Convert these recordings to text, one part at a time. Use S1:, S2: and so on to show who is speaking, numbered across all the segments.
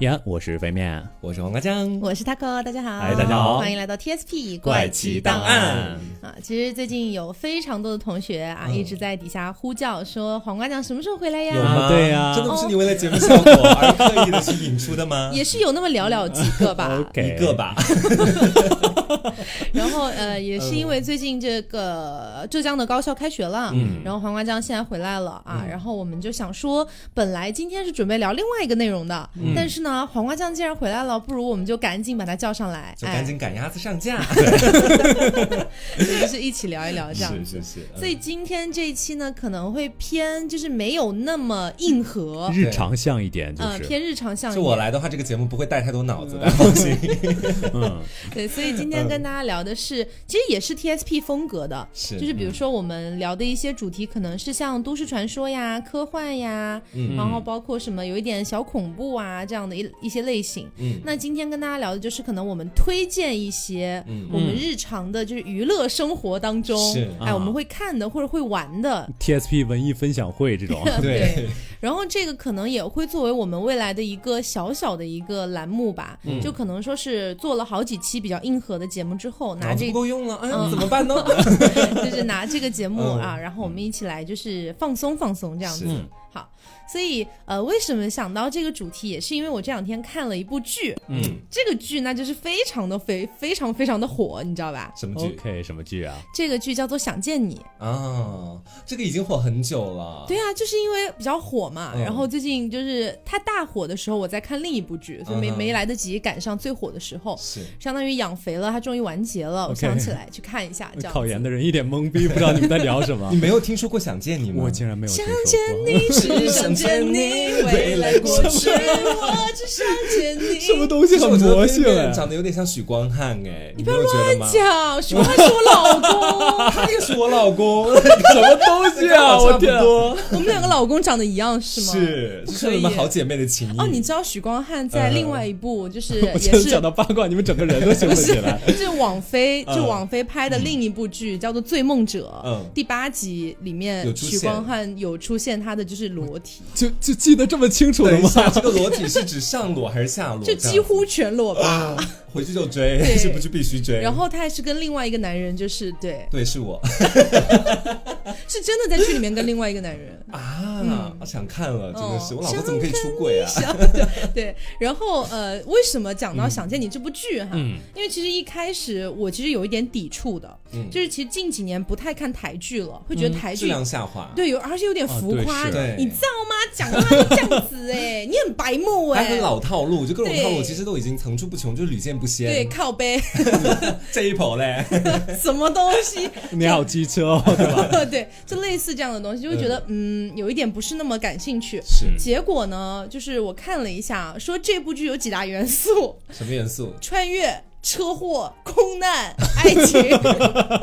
S1: 呀，我是肥面，
S2: 我是王阿江。
S3: 我是 Taco，大家好，
S2: 哎大家好
S3: 欢迎来到 TSP
S2: 怪奇
S3: 奇
S2: 档
S3: 案
S2: 案，
S3: 啊！其实最近有非常多的同学啊，一直在底下呼叫说黄瓜酱什么时候回来
S2: 嗯有
S3: 呀？
S2: 吗？
S1: 啊对呀，
S2: 真的不是你为了节目效果而刻意的去引出的吗？
S3: 也是有那么寥寥几个 吧
S2: 哦
S1: 给
S2: 一个吧，
S3: 然后呃，也是因为最近这个呃浙江的高校开学了，
S2: 嗯
S3: 然后黄瓜酱现在回来了啊，然后我们就想说，本来今天是准备聊另外一个内容的，
S2: 嗯
S3: 但是呢，黄瓜酱既然回来了，不如我们就赶紧把他叫上来，
S2: 就赶紧赶鸭子上架。
S3: 哎，就是一起聊一聊这样
S2: 是是是，嗯
S3: 所以今天这一期呢，可能会偏就是没有那么硬核，
S1: 日常像一点就
S3: 嗯、
S1: 是，
S3: 偏日常向
S2: 就我来的话，这个节目不会带太多脑子的，放心。
S1: 嗯，
S3: 对，所以今
S2: 嗯
S3: 天跟大家聊的是，其实也是 TSP 风格的，
S2: 是嗯
S3: 就是比如说我们聊的一些主题，可能是像都市传说呀、科幻呀，
S2: 嗯
S3: 然后包括什么有一点小恐怖啊这样的一一些类型。
S2: 嗯
S3: 那今天跟大家聊的就是，可能我们推荐一些
S2: 嗯
S3: 我们日常的，就是娱乐生活当中，
S2: 是
S3: 哎，
S1: 啊
S3: 我们会看的或者会玩的，
S1: TSP 文艺分享会这种，
S2: 嗯对，
S3: 然后这个可能也会作为我们未来的一个小小的一个栏目吧，就可能说是做了好几期比较硬核的节目之后，拿
S2: 脑子
S3: 这
S2: 不
S3: 个
S2: 够用了，哎呀，
S3: 嗯
S2: 怎么办呢？
S3: 就是拿这个节目啊，然后我们一起来就是放松放松这样子
S2: 是。
S3: 好，所以呃，为什么想到这个主题，也是因为我这两天看了一部剧，
S2: 嗯，
S3: 这个剧那就是非常的非非常非常的火，你知道吧？
S2: 什么剧
S1: OK 什么剧啊？
S3: 这个剧叫做《想见你》，
S2: 啊？这个已经火很久了。
S3: 对啊，就是因为比较火嘛，
S2: 嗯
S3: 然后最近就是它大火的时候，我在看另一部剧，所以没、
S2: 嗯哼
S3: 没来得及赶上最火的时候，
S2: 是
S3: 相当于养肥了，它终于完结了。我
S1: OK
S3: 想起来去看一下，这样
S1: 考研
S3: 的。
S1: 的人一脸懵逼，不知道你们在聊什么
S2: 你。没有听说过《想 见你》吗？
S1: 我竟然没有听
S3: 想
S1: 说
S3: 见
S1: 过，
S3: 你，只想见你，未来过去，我只想见你。
S1: 什么东西
S2: 其实
S1: 很
S2: 我觉得
S1: 魔
S2: 边
S1: 性
S2: 边
S1: 哎，
S2: 长得有点像许光汉哎，你不要乱
S3: 讲，我还是我老 公，
S2: 他也是我老 公，
S1: 什么东西 啊！我天啊，
S2: 多
S3: 我们两个老公长得一样是吗？
S2: 是，这是
S3: 可
S2: 我们
S3: 以
S2: 好姐妹的情谊。
S3: 哦，你知道许光汉在另外一部就是
S1: 嗯 我
S3: 也
S1: 真的
S3: 是
S1: 想到八卦，你们整个人都兴
S3: 不
S1: 奋
S3: 是
S1: 起来。，
S3: 就是网飞，
S2: 嗯
S3: 就网飞拍的另一部剧叫做《醉梦者》，
S2: 嗯
S3: 第八集里
S2: 有
S3: 面
S2: 出
S3: 许
S2: 现
S3: 光汉有出现他的就是裸体，
S1: 就就记得这么清楚了
S2: 等一
S1: 吗？
S2: 下，这个裸体是指上裸还是下裸？
S3: 就几乎全裸
S2: 这
S3: 吧。
S2: 样子啊， 回去就追，
S3: 对
S2: 是不是必须 追？
S3: 然后他还是跟另外一个男人，就是对，
S2: 对，是我
S3: 是真的在剧里面跟另外一个男 人。
S2: 啊，我想看了，真的是，
S3: 嗯哦
S2: 我老公怎么可以出轨啊？
S3: 对，然后呃，为什么讲到《
S2: 嗯
S3: 想见你》这部剧哈？因为其实一开始我其实有一点抵触的，
S2: 嗯
S3: 就是其实近几年不太看台剧了，会觉得台
S2: 质
S3: 剧
S2: 量下滑，
S3: 对有，而且有点
S1: 啊
S3: 浮
S1: 对
S3: 夸，
S1: 是
S2: 对
S3: 你知道吗？讲话就这样子哎、你很白目哎、
S2: 还很老套路，就各种套路
S3: 对
S2: 其实都已经层出不穷，就屡见不鲜。
S3: 对，，靠背
S2: 这一跑嘞，
S3: 什么东西，
S1: 你好机车哦，对吧？
S3: 对，就类似这样的东西，就会觉得嗯有一点不是那么感兴趣。
S2: 是
S3: 结果呢，就是我看了一下，说这部剧有几大元素：
S2: 什么元素？
S3: 穿越、车祸、空难、爱 情。哎，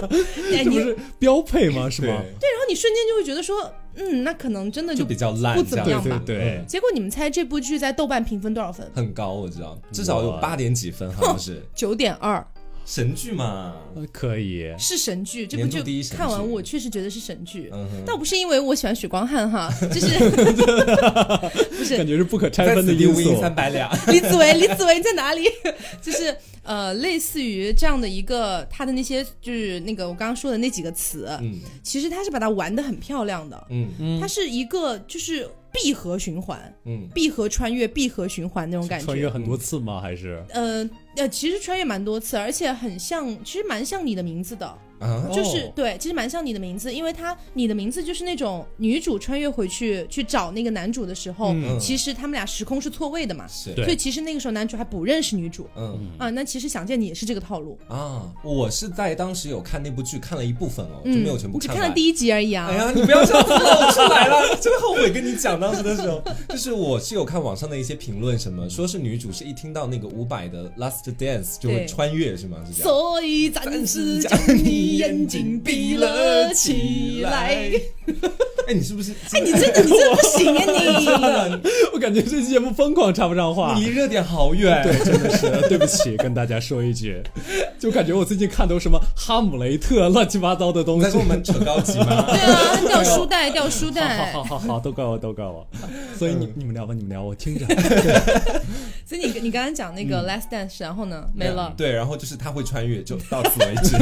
S1: 这
S3: 你
S1: 不是标配吗？是吗？
S2: 对
S3: 对，然后你瞬间就会觉得说，嗯，那可能真的
S2: 就
S3: 就
S2: 比较烂，
S3: 不怎么
S2: 这
S3: 样
S2: 子
S3: 吧。嗯
S1: 对对对
S3: 结果你们猜这部剧在豆瓣评分多少分？
S2: 很高，我知道，至少有
S1: 哇
S2: 八点几分，好 像是
S3: 九点二，
S2: 神剧嘛。
S1: 呃可以，
S3: 是神剧。这部
S2: 年度第一
S3: 剧
S2: 神
S3: 看完，
S2: 剧
S3: 我确实觉得是神剧。
S2: 嗯哼，
S3: 倒不是因为我喜欢许光汉 哈，就是 不是
S1: 感觉是不可拆
S2: 在
S1: 分的
S2: 此
S1: 因
S2: 地无
S1: 素
S2: 银。三百 两。
S3: 李子维，李子维你在哪里？ 就是呃，类似于这样的一个他的那些就是那个我刚刚说的那几个词，
S2: 嗯
S3: 其实他是把它玩的很漂亮的，
S2: 嗯
S3: 它是一个就是闭合循环、
S2: 嗯，
S3: 闭合穿越、闭合循环那种感
S1: 穿越
S3: 觉。
S1: 很多次吗？还是
S3: 呃呃，其实穿越蛮多次，而且很像，其实蛮像你的名字的，
S2: 啊，
S3: 就是、
S1: 哦
S3: 对，其实蛮像你的名字，因为它你的名字就是那种女主穿越回去去找那个男主的时候，
S2: 嗯
S3: 其实他们俩时空是错位的嘛，
S2: 是，
S1: 对
S3: 所以其实那个时候男主还不认识女主
S2: 嗯
S3: 啊。那其实想见你也是这个套路，
S2: 啊，我是在当时有看那部剧，看了一部分哦，就
S3: 嗯，
S2: 没有全部
S3: 你只
S2: 看
S3: 看
S2: 完。
S3: 了第一集而已啊。
S2: 哎呀，你不要这样子露出来 了，真后悔跟你讲当时的时候。就是我是有看网上的一些评论，什么说是女主是一听到那个伍佰的《Last Dance》就会
S3: 对
S2: 穿越，是吗？是这样。
S3: 所以暂时将你眼睛闭了起来。
S2: 哎，你是不是？
S3: 哎，你真的你真的不行 啊你！
S1: 我感觉这期节目疯狂插不上话
S2: 你。离热点好远。
S1: 对，真的是 对不起，跟大家说一句， 就感觉我最近看都什么《哈姆雷特》乱七八糟的东
S2: 你
S1: 西
S2: 在。跟我们扯高级吗？
S3: 对啊，掉书袋，掉书袋
S1: 好。好好好，都怪我，都怪 我。所以你你们聊吧，你们聊，我听着。
S3: 所以你你刚才讲那
S2: 嗯
S3: 个 Last Dance，然后呢， 没了。
S2: 对，然后就是他会穿越，就到此为止。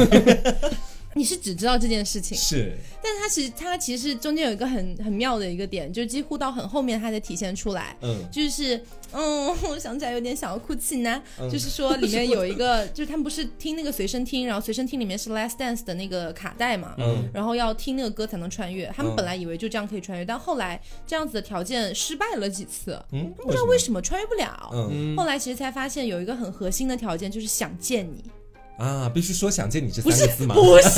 S3: 你是只知道这件事情，
S2: 是，
S3: 但是它其实它其实中间有一个很很妙的一个点，就几乎到很后面它才体现出来。
S2: 嗯，
S3: 就是，嗯，我想起来有点想要哭泣呢。
S2: 嗯
S3: 就是说里面有一个， 就是他们不是听那个随身听，然后随身听里面是 Last Dance 的那个卡带嘛，
S2: 嗯
S3: 然后要听那个歌才能穿越。他们
S2: 嗯
S3: 本来以为就这样可以穿越，但后来这样子的条件失败了几次，
S2: 嗯，
S3: 不知道为什么穿越不了。
S2: 么？嗯
S1: 嗯
S3: 后来其实才发现有一个很核心的条件，就是想见你，
S2: 啊，必须说想见你这
S3: 不
S2: 三
S3: 是
S2: 个字吗？
S3: 不是，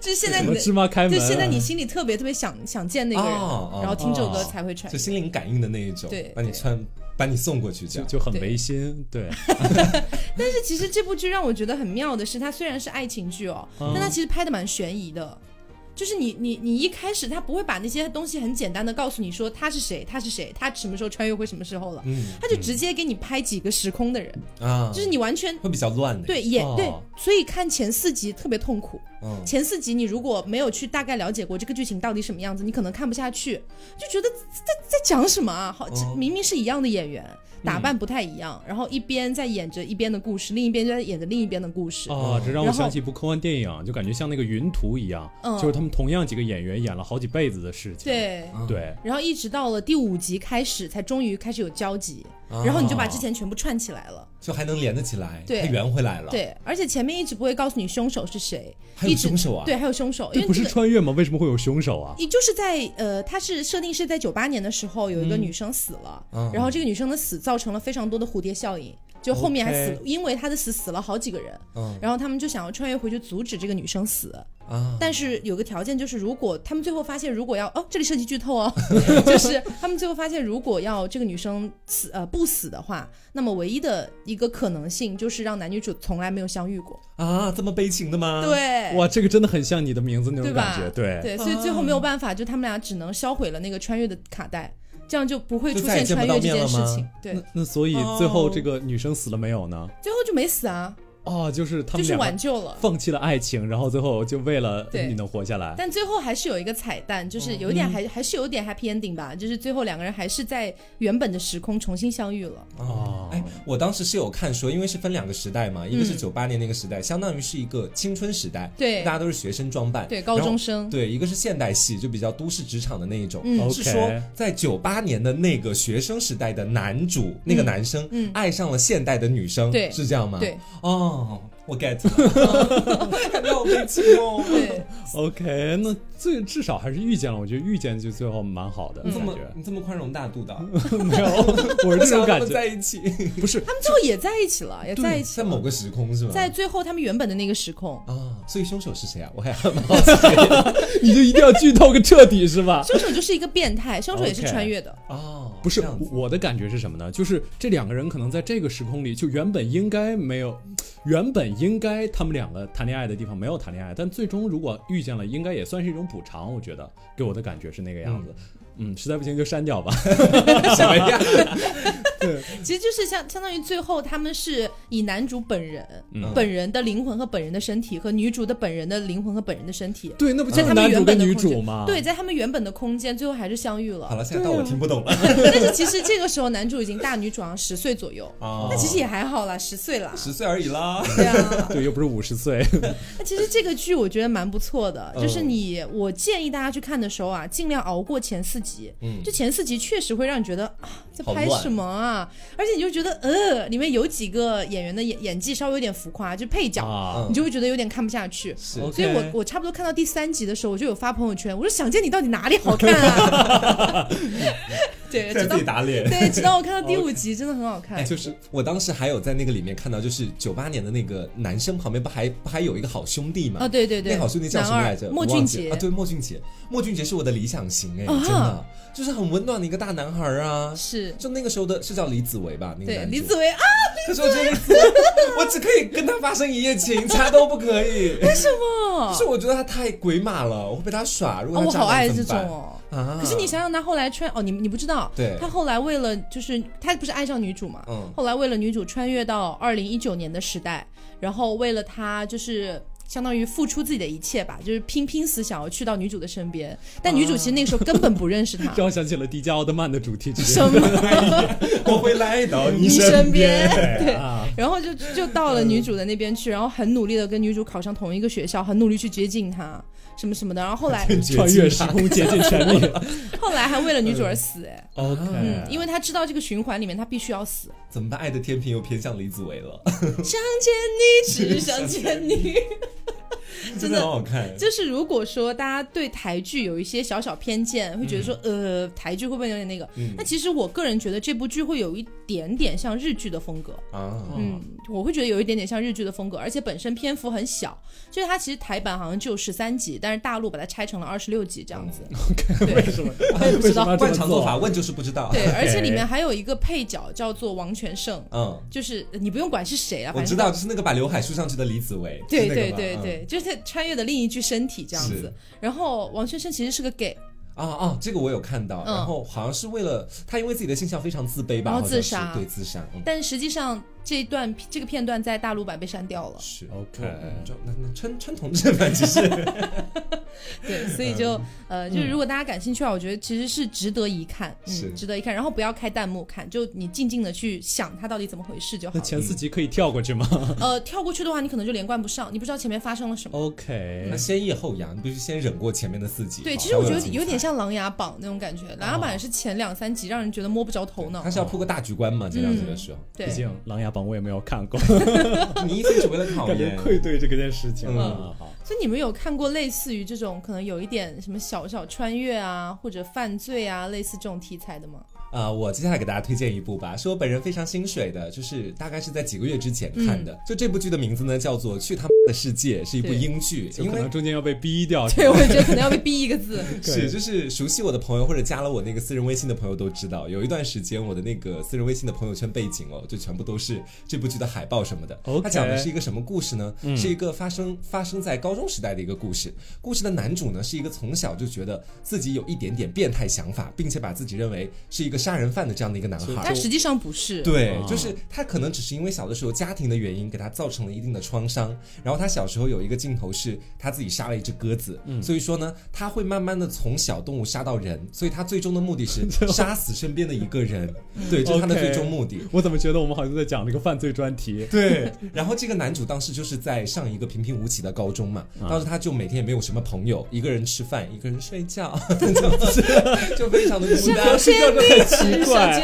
S3: 就是现在
S1: 什
S3: 你
S1: 么
S3: 的
S1: 芝麻开门
S3: 就
S1: 啊？
S3: 现在你心里特别特别想想见那个人，
S2: 哦哦
S3: 然后听这首歌
S1: 哦
S3: 才会穿
S2: 就
S3: 越。
S2: 心灵感应的那一种，
S3: 对
S2: 把你
S3: 对
S2: 穿，把你送过去这
S1: 就
S2: 样。
S1: 就很
S3: 对
S1: 违心，对，
S3: 但是其实这部剧让我觉得很妙的是，它虽然是爱情剧哦，
S1: 嗯
S3: 但它其实拍的蛮悬疑的。就是你你你一开始他不会把那些东西很简单的告诉你说他是谁，他是谁，他什么时候穿越回什么时候了，
S2: 嗯
S3: 他就直接给你拍几个时空的人，
S2: 啊，
S3: 就是你完全
S2: 会比较乱的。
S3: 对演
S1: 哦
S3: 对，所以看前四集特别痛苦。
S2: 嗯，
S3: 前四集你如果没有去大概了解过这个剧情到底什么样子，你可能看不下去，就觉得在在讲什么啊？好，这
S2: 哦嗯
S3: 明明是一样的演员，打扮不太一样，然后一边在演着一边的故事，另一边就在演着另一边的故事。
S1: 哦，这让我
S3: 然后
S1: 想起一部科幻电影，就感觉像那个云图一样，
S3: 嗯
S1: 就是他们同样几个演员演了好几辈子的事情。
S3: 对，
S2: 啊，
S1: 对，
S3: 然后一直到了第五集开始，才终于开始有交集，
S2: 啊
S3: 然后你就把之前全部串起来了。
S2: 就还能连得起来，
S3: 对
S2: 它圆回来了。，
S3: 对，而且前面一直不会告诉你凶手是谁，
S2: 啊还有
S3: 一直
S2: 凶手啊，
S3: 对，还有凶手，因
S1: 这
S3: 为
S1: 不是
S3: 这个
S1: 穿越吗？为什么会有凶手啊？
S3: 也就是在呃，它是设定是在九八年的时候，有一个女生死了，
S2: 嗯
S3: 然后这个女生的死造成了非常多的蝴蝶效应，就后面还死
S1: OK
S3: 因为她的死死了好几个人，
S2: 嗯
S3: 然后他们就想要穿越回去阻止这个女生死，
S2: 啊，
S3: 但是有个条件就是，如果他们最后发现，如果要哦，这里涉及剧透哦， 就是他们最后发现，如果要这个女生死呃不死的话，那么唯一的一个可能性就是让男女主从来没有相遇过，
S2: 啊，这么悲情的吗？，啊
S3: 对。
S1: 哇，这个真的很像你的名字那
S3: 对
S1: 种
S3: 吧
S1: 感觉，对，
S3: 对，所以最后没有办法，就他们俩只能销毁了那个穿越的卡带，这样就不会
S2: 就
S3: 出
S2: 再也
S3: 现
S2: 见不
S3: 穿
S2: 到
S3: 越这
S2: 面
S3: 件
S2: 了
S3: 事
S2: 吗
S3: 情。对，
S1: 那那所以最后这个女生死了没有呢？
S3: 最后就没死啊，
S1: 哦，就是他
S3: 就
S1: 们
S3: 是
S1: 两
S3: 挽
S1: 个
S3: 救了。
S1: 放弃了爱情，然后最后就为了
S3: 对
S1: 你能活下来。
S3: 但最后还是有一个彩蛋，
S2: 哦
S3: 就是有
S2: 嗯
S3: 点还、还是有点 happy ending 吧，就是最后两个人还是在原本的时空重新相遇了。
S1: 哦
S2: 哎，我当时是有看说，因为是分两个时代嘛，一个是
S3: 嗯
S2: 九八年那个时代，相当于是一个青春时代，
S3: 对
S2: 大家都是学生装扮，
S3: 对，高
S2: 然后
S3: 中生，
S2: 对，一个是现代戏，就比较都市职场的那一种。
S3: 嗯
S1: OK
S2: 是说，在九八年的那个学生时代的男主，那个男生、
S3: 嗯
S2: 爱上了现代的女生，
S3: 对
S2: 是这样吗？
S3: 对，
S2: 哦，我 get 了， 感觉好悲情哦。
S3: 对，
S1: ，OK，那最至少还是遇见了，我觉得遇见就最后蛮好的
S2: 你
S1: 感
S2: 这么
S1: 觉。
S2: 你这么宽容大度的啊，
S1: 没有，嗯我是
S2: 不
S1: 这
S2: 想
S1: 种
S2: 要他
S1: 感
S2: 们
S1: 觉，
S2: 在一起，
S1: 不是
S3: 他们最后也在一起了，也在一起
S2: 在某个时空是吗？
S3: 在最后他们原本的那个时空。
S2: 啊，所以凶手是谁啊？我还
S1: 你就一定要剧透个彻底是吧？
S3: 凶手就是一个变态，凶手也是
S1: OK
S3: 穿越的。
S2: 哦，
S1: 不是
S2: 这样子
S1: 我的感觉是什么呢？就是这两个人可能在这个时空里，就原本应该没有，原本应该他们两个谈恋爱的地方没有谈恋爱，但最终如果遇见了，应该也算是一种补偿。我觉得给我的感觉是那个样子。嗯，实在不行就删 掉吧。
S2: 什么呀？
S3: 其实就是相相当于最后他们是以男主本人、
S1: 嗯
S3: 本人的灵魂和本人的身体和女主的本人的灵魂和本人的身体，
S1: 对，那不就
S3: 在
S1: 是
S3: 他
S1: 嗯
S3: 们
S1: 男主
S3: 原
S1: 跟
S3: 本的
S1: 女
S3: 空间
S1: 主吗？
S3: 对，在他们原本的空间，最后还是相遇
S2: 好
S3: 了。
S2: 了，现在到我听不懂了。
S3: 但是其实这个时候男主已经大女主好像十岁左右，
S2: 啊
S1: 哦
S3: 那其实也还好啦，十 岁啦。
S2: 十岁而已啦。
S3: 对啊，
S1: 对，又不是五十岁。
S3: 那其实这个剧我觉得蛮不错的，
S2: 嗯
S3: 就是你，
S1: 哦
S3: 我建议大家去看的时候啊，尽量熬过前四集。
S2: 嗯
S3: 就前四集确实会让你觉得啊，在
S2: 好
S3: 拍
S2: 乱
S3: 什么啊？而且你就觉得呃，里面有几个演员的演演技稍微有点浮夸，就配角，
S1: 啊
S3: 你就会觉得有点看不下去。
S2: 是
S1: OK，
S3: 嗯所以我我差不多看到第三集的时候，我就有发朋友圈，我说想见你到底哪里好看啊？ 对，
S2: 在
S3: 直到
S2: 自己打脸。
S3: 对，直到我看到第五集，真的很好看
S2: 哎，。就是我当时还有在那个里面看到，就是九八年的那个男生旁边不还不还有一个好兄弟嘛？
S3: 啊，对对对，
S2: 哦那好兄弟叫什么
S3: 男二
S2: 来着？
S3: 莫
S2: 我忘
S3: 俊
S2: 记
S3: 杰
S2: 了啊，对，莫俊杰，莫俊杰是我的理想型哎，
S3: 啊
S2: 真的就是很温暖的一个大男孩啊。
S3: 是，
S2: 就那个时候的是叫李子维吧？那个
S3: 对，
S2: 男主
S3: 李子维啊，
S2: 可是我觉得李子维，我只可以跟他发生一夜情，其他都不 可以。
S3: 为什么？
S2: 就是我觉得他太鬼马了，我会被他耍。如
S3: 哦，
S2: 果他
S3: 我
S2: 渣
S3: 好
S2: 男
S3: 爱
S2: 怎
S3: 这
S2: 么
S3: 种
S2: 办
S3: 哦。
S2: 啊！
S3: 可是你想想，他后来穿哦，你你不知道，
S2: 对
S3: 他后来为了就是他不是爱上女主嘛，
S2: 嗯
S3: 后来为了女主穿越到二零一九年的时代，然后为了她就是。相当于付出自己的一切吧，就是拼拼死想要去到女主的身边，但女主其实那个时候根本不认识他
S1: 让我想起了迪迦奥特曼的主题曲。
S3: 什么
S2: 我会来 到
S3: 你
S2: 你
S3: 身
S2: 身
S3: 边，对，
S1: 啊，
S3: 然后就就到了女主的那边去，然后很努力的跟女主考上同一个学校，很努力去接近她，什么什么的，然后后来
S1: 穿越时 空，竭尽全力。
S3: 后来还为了女主而死，哎，
S1: OK，、
S3: 嗯，因为她知道这个循环里面她必须要死，
S2: 啊怎么办？爱的天平又偏向李子维了，
S3: 想见你，只想见你，真的
S2: 好好看。
S3: 就是如果说大家对台剧有一些小小偏见，会觉得说、呃台剧会不会有点那个？
S2: 嗯
S3: 那其实我个人觉得这部剧会有一点点像日剧的风格。
S2: 啊，
S3: 嗯，我会觉得有一点点像日剧的风格，而且本身篇幅很小，就是它其实台版好像只有十三集，但是大陆把它拆成了二十六集这 样子。
S1: 为
S3: 对
S1: 什么？
S3: 我 也不知道
S1: 为什么要这么
S2: 惯常做法，问就是不知道。
S3: 嗯对，而且里面还有一个配角叫做王全胜，
S2: 嗯，
S3: 就是呃你不用管是谁了，
S2: 我
S3: 反
S2: 知
S3: 正
S2: 道，就是那个把刘海梳上去的李子维。
S3: 对
S2: 是那
S3: 对
S2: 个吧
S3: 对
S2: 嗯
S3: 对，就是他穿越的另一具身体这样子
S2: 是。
S3: 然后王全胜其实是个 gay，
S2: 啊啊，这个我有看到。
S3: 嗯
S2: 然后好像是为了他，因为自己的性向非常自卑吧，
S3: 然后
S2: 好像
S3: 自
S2: 是
S3: 杀
S2: 对自杀。嗯
S3: 但实际上这一段这个片段在大陆版被删掉了，
S2: 是
S1: OK
S2: 嗯就那那川川同志吧，其实
S3: 对，所
S2: 嗯
S3: 以就、呃，就是如果大家感兴趣啊，我觉得其实是值得一看，
S2: 是
S3: 嗯，值得一看。然后不要开弹幕看，就你静静的去想它到底怎么回事就好
S1: 那
S3: 了。
S1: 前四集可以跳过去 吗
S3: 呃，跳过去的话，你可能就连贯不上，你不知道前面发生了什么。
S1: ？OK，
S2: 那先抑后扬，你必须先忍过前面的四集。
S3: 对，
S2: 好
S3: 其实我觉
S2: 哦
S3: 得
S2: 才会精彩哦
S3: 有点像《琅琊榜》那种感觉，《琅琊榜》也是前两三集让人觉得摸不着头脑
S2: 他。是要铺个大局观嘛，这样子的时候，
S3: 对
S1: 毕，竟《琅琊榜》我也没有看过，
S2: 你一直只为了考
S1: 嗯感觉
S2: 研，
S1: 愧对这个件事情啊了
S2: 嗯。
S1: 好
S3: 所以你们有看过类似于这种可能有一点什么小小穿越啊，或者犯罪啊，类似这种题材的吗？
S2: 啊、我接下来给大家推荐一部吧，是我本人非常心水的，就是大概是在几个月之前看的。就这部剧的名字呢，叫做《去他妈的世界》，是一部
S3: 对
S2: 英剧，
S1: 就
S2: 因
S1: 可
S2: 为
S1: 能。中间要被逼掉。 是吧
S3: 对，我觉得可能要被逼一个字。
S2: 是，就是熟悉我的朋友或者加了我那个私人微信的朋友都知道，有一段时间我的那个私人微信的朋友圈背景哦，就全部都是这部剧的海报什么的。
S1: OK
S2: 它讲的是一个什么故事呢？是一个发生发生在高中时代的一个故事。故事的男主呢是一个从小就觉得自己有一点点变态想法，并且把自己认为是一个杀人犯的这样的一个男孩。
S3: 但实际上不是。
S2: 对
S1: 啊，
S2: 就是他可能只是因为小的时候家庭的原因，给他造成了一定的创伤。然后他小时候有一个镜头是他自己杀了一只鸽子，所以说呢，他会慢慢的从小动物杀到人，所以他最终的目的是杀死身边的一个 人，对，这是他的
S1: OK
S2: 最终目的。
S1: 我怎么觉得我们好像在讲那个犯罪专题？
S2: 对，然后这个男主当时就是在上一个平平无奇的高中嘛，当时他就每天也没有什么朋友，一个人吃饭，一个人睡觉， 就就非常的孤 单，
S1: 是这个很奇怪。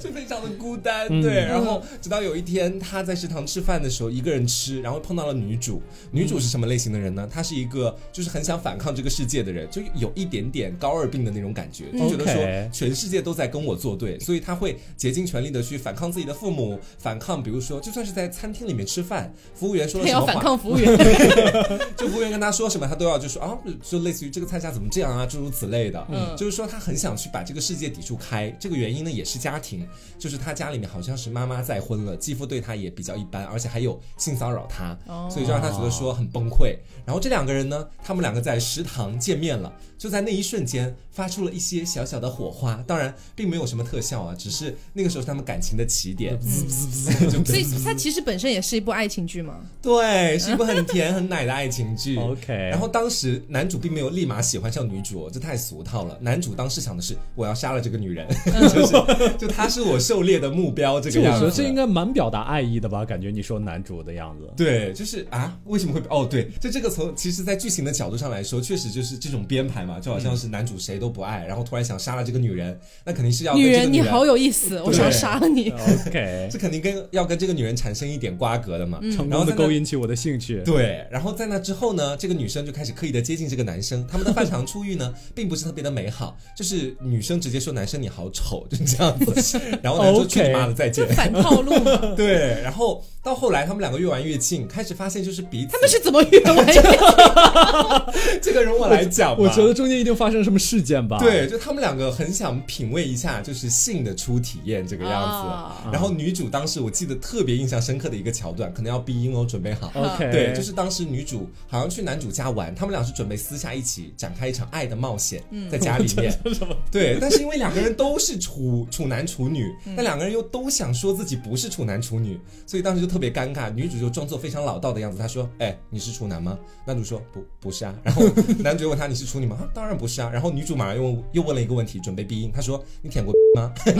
S2: 就非常的孤单，对。然后
S3: 嗯
S2: 直到有一天，他在食堂吃饭的时候，一个人吃，然后碰到了女主。女主是什么类型的人呢？她是一个就是很想反抗这个世界的人，就有一点点高二病的那种感觉，就觉得
S1: OK
S2: 说全世界都在跟我作对，所以她会竭尽全力的去反抗自己的父母，反抗，比如说就算是在餐厅里面吃饭，服务员说了
S3: 他
S2: 什么
S3: 要
S2: 话，
S3: 反抗服务员，
S2: 就服务员跟他说什么，他都要就说啊，就类似于这个菜价怎么这样啊，诸如此类的。
S3: 嗯
S2: 就是说他很想去把这个世界抵触开。这个原因呢，也是家庭，就是他家里面好像是妈妈再婚了，继父对他也比较一般，而且还有性骚扰他，
S3: 哦
S2: 所以就让他觉得说很崩溃。然后这两个人呢，他们两个在食堂见面了，就在那一瞬间发出了一些小小的火花，当然并没有什么特效啊，只是那个时候是他们感情的起点。 就
S3: 所以它其实本身也是一部爱情剧 嘛。
S2: 对，是一部很甜很奶的爱情剧。
S1: OK
S2: 然后当时男主并没有立马喜欢上女主、这太俗套了。男主当时想的是，我要杀了这个 女人， 就是就她是我狩猎的目标，这个
S1: 就我
S2: 样
S1: 觉
S2: 子。
S1: 得这应该蛮表达爱意的吧？感觉你说男主的样子，
S2: 对对，就是啊，为什么会哦？对，就这个从其实，在剧情的角度上来说，确实就是这种编排嘛，就好像是男主谁都不爱，然后突然想杀了这个女人，那肯定是要跟
S3: 女
S2: 这个
S3: 人，你
S2: 女人
S3: 好有意思，我想
S2: 对
S3: 杀了你。
S1: OK，
S2: 这肯定跟要跟这个女人产生一点瓜葛的嘛。
S1: 嗯成
S2: 嗯然后
S1: 功
S2: 在
S1: 的
S2: 那
S1: 勾引起我的兴趣。
S2: 对，然后在那之后呢，这个女生就开始刻意的接近这个男生，他们的饭堂初遇呢，并不是特别的美好，就是女生直接说男生你好丑，就是这样子，然后男生说去你妈的再见？
S3: 这。反套路嘛
S2: 对，然后到后来他们两个越玩越近，开始发现就是彼此。
S3: 他们是怎么越玩越？
S2: 这个容我来讲吧
S1: 我觉得中间一定发生什么事件吧？
S2: 对，就他们两个很想品味一下，就是性的初体验这个样子。
S3: 啊
S2: 然后女主当时我记得特别印象深刻的一个桥段，可能要逼音哦，准备好。
S1: ，OK，
S2: 对，就是当时女主好像去男主家玩，他们俩是准备私下一起展开一场爱的冒险，在家里面。对，但是因为两个人都是处处男处女，但两个人又都想说自己不是处男处女，所以当时就特别尴尬。女主就装作非常老道的样子，她说：“哎，你是处男吗？”男主说：“不，不是啊。”然后男主就问她：“你是处女吗？”啊，当然不是啊。然后女主马上又问又问了一个问题，准备逼音，她说：“你舔过吗？”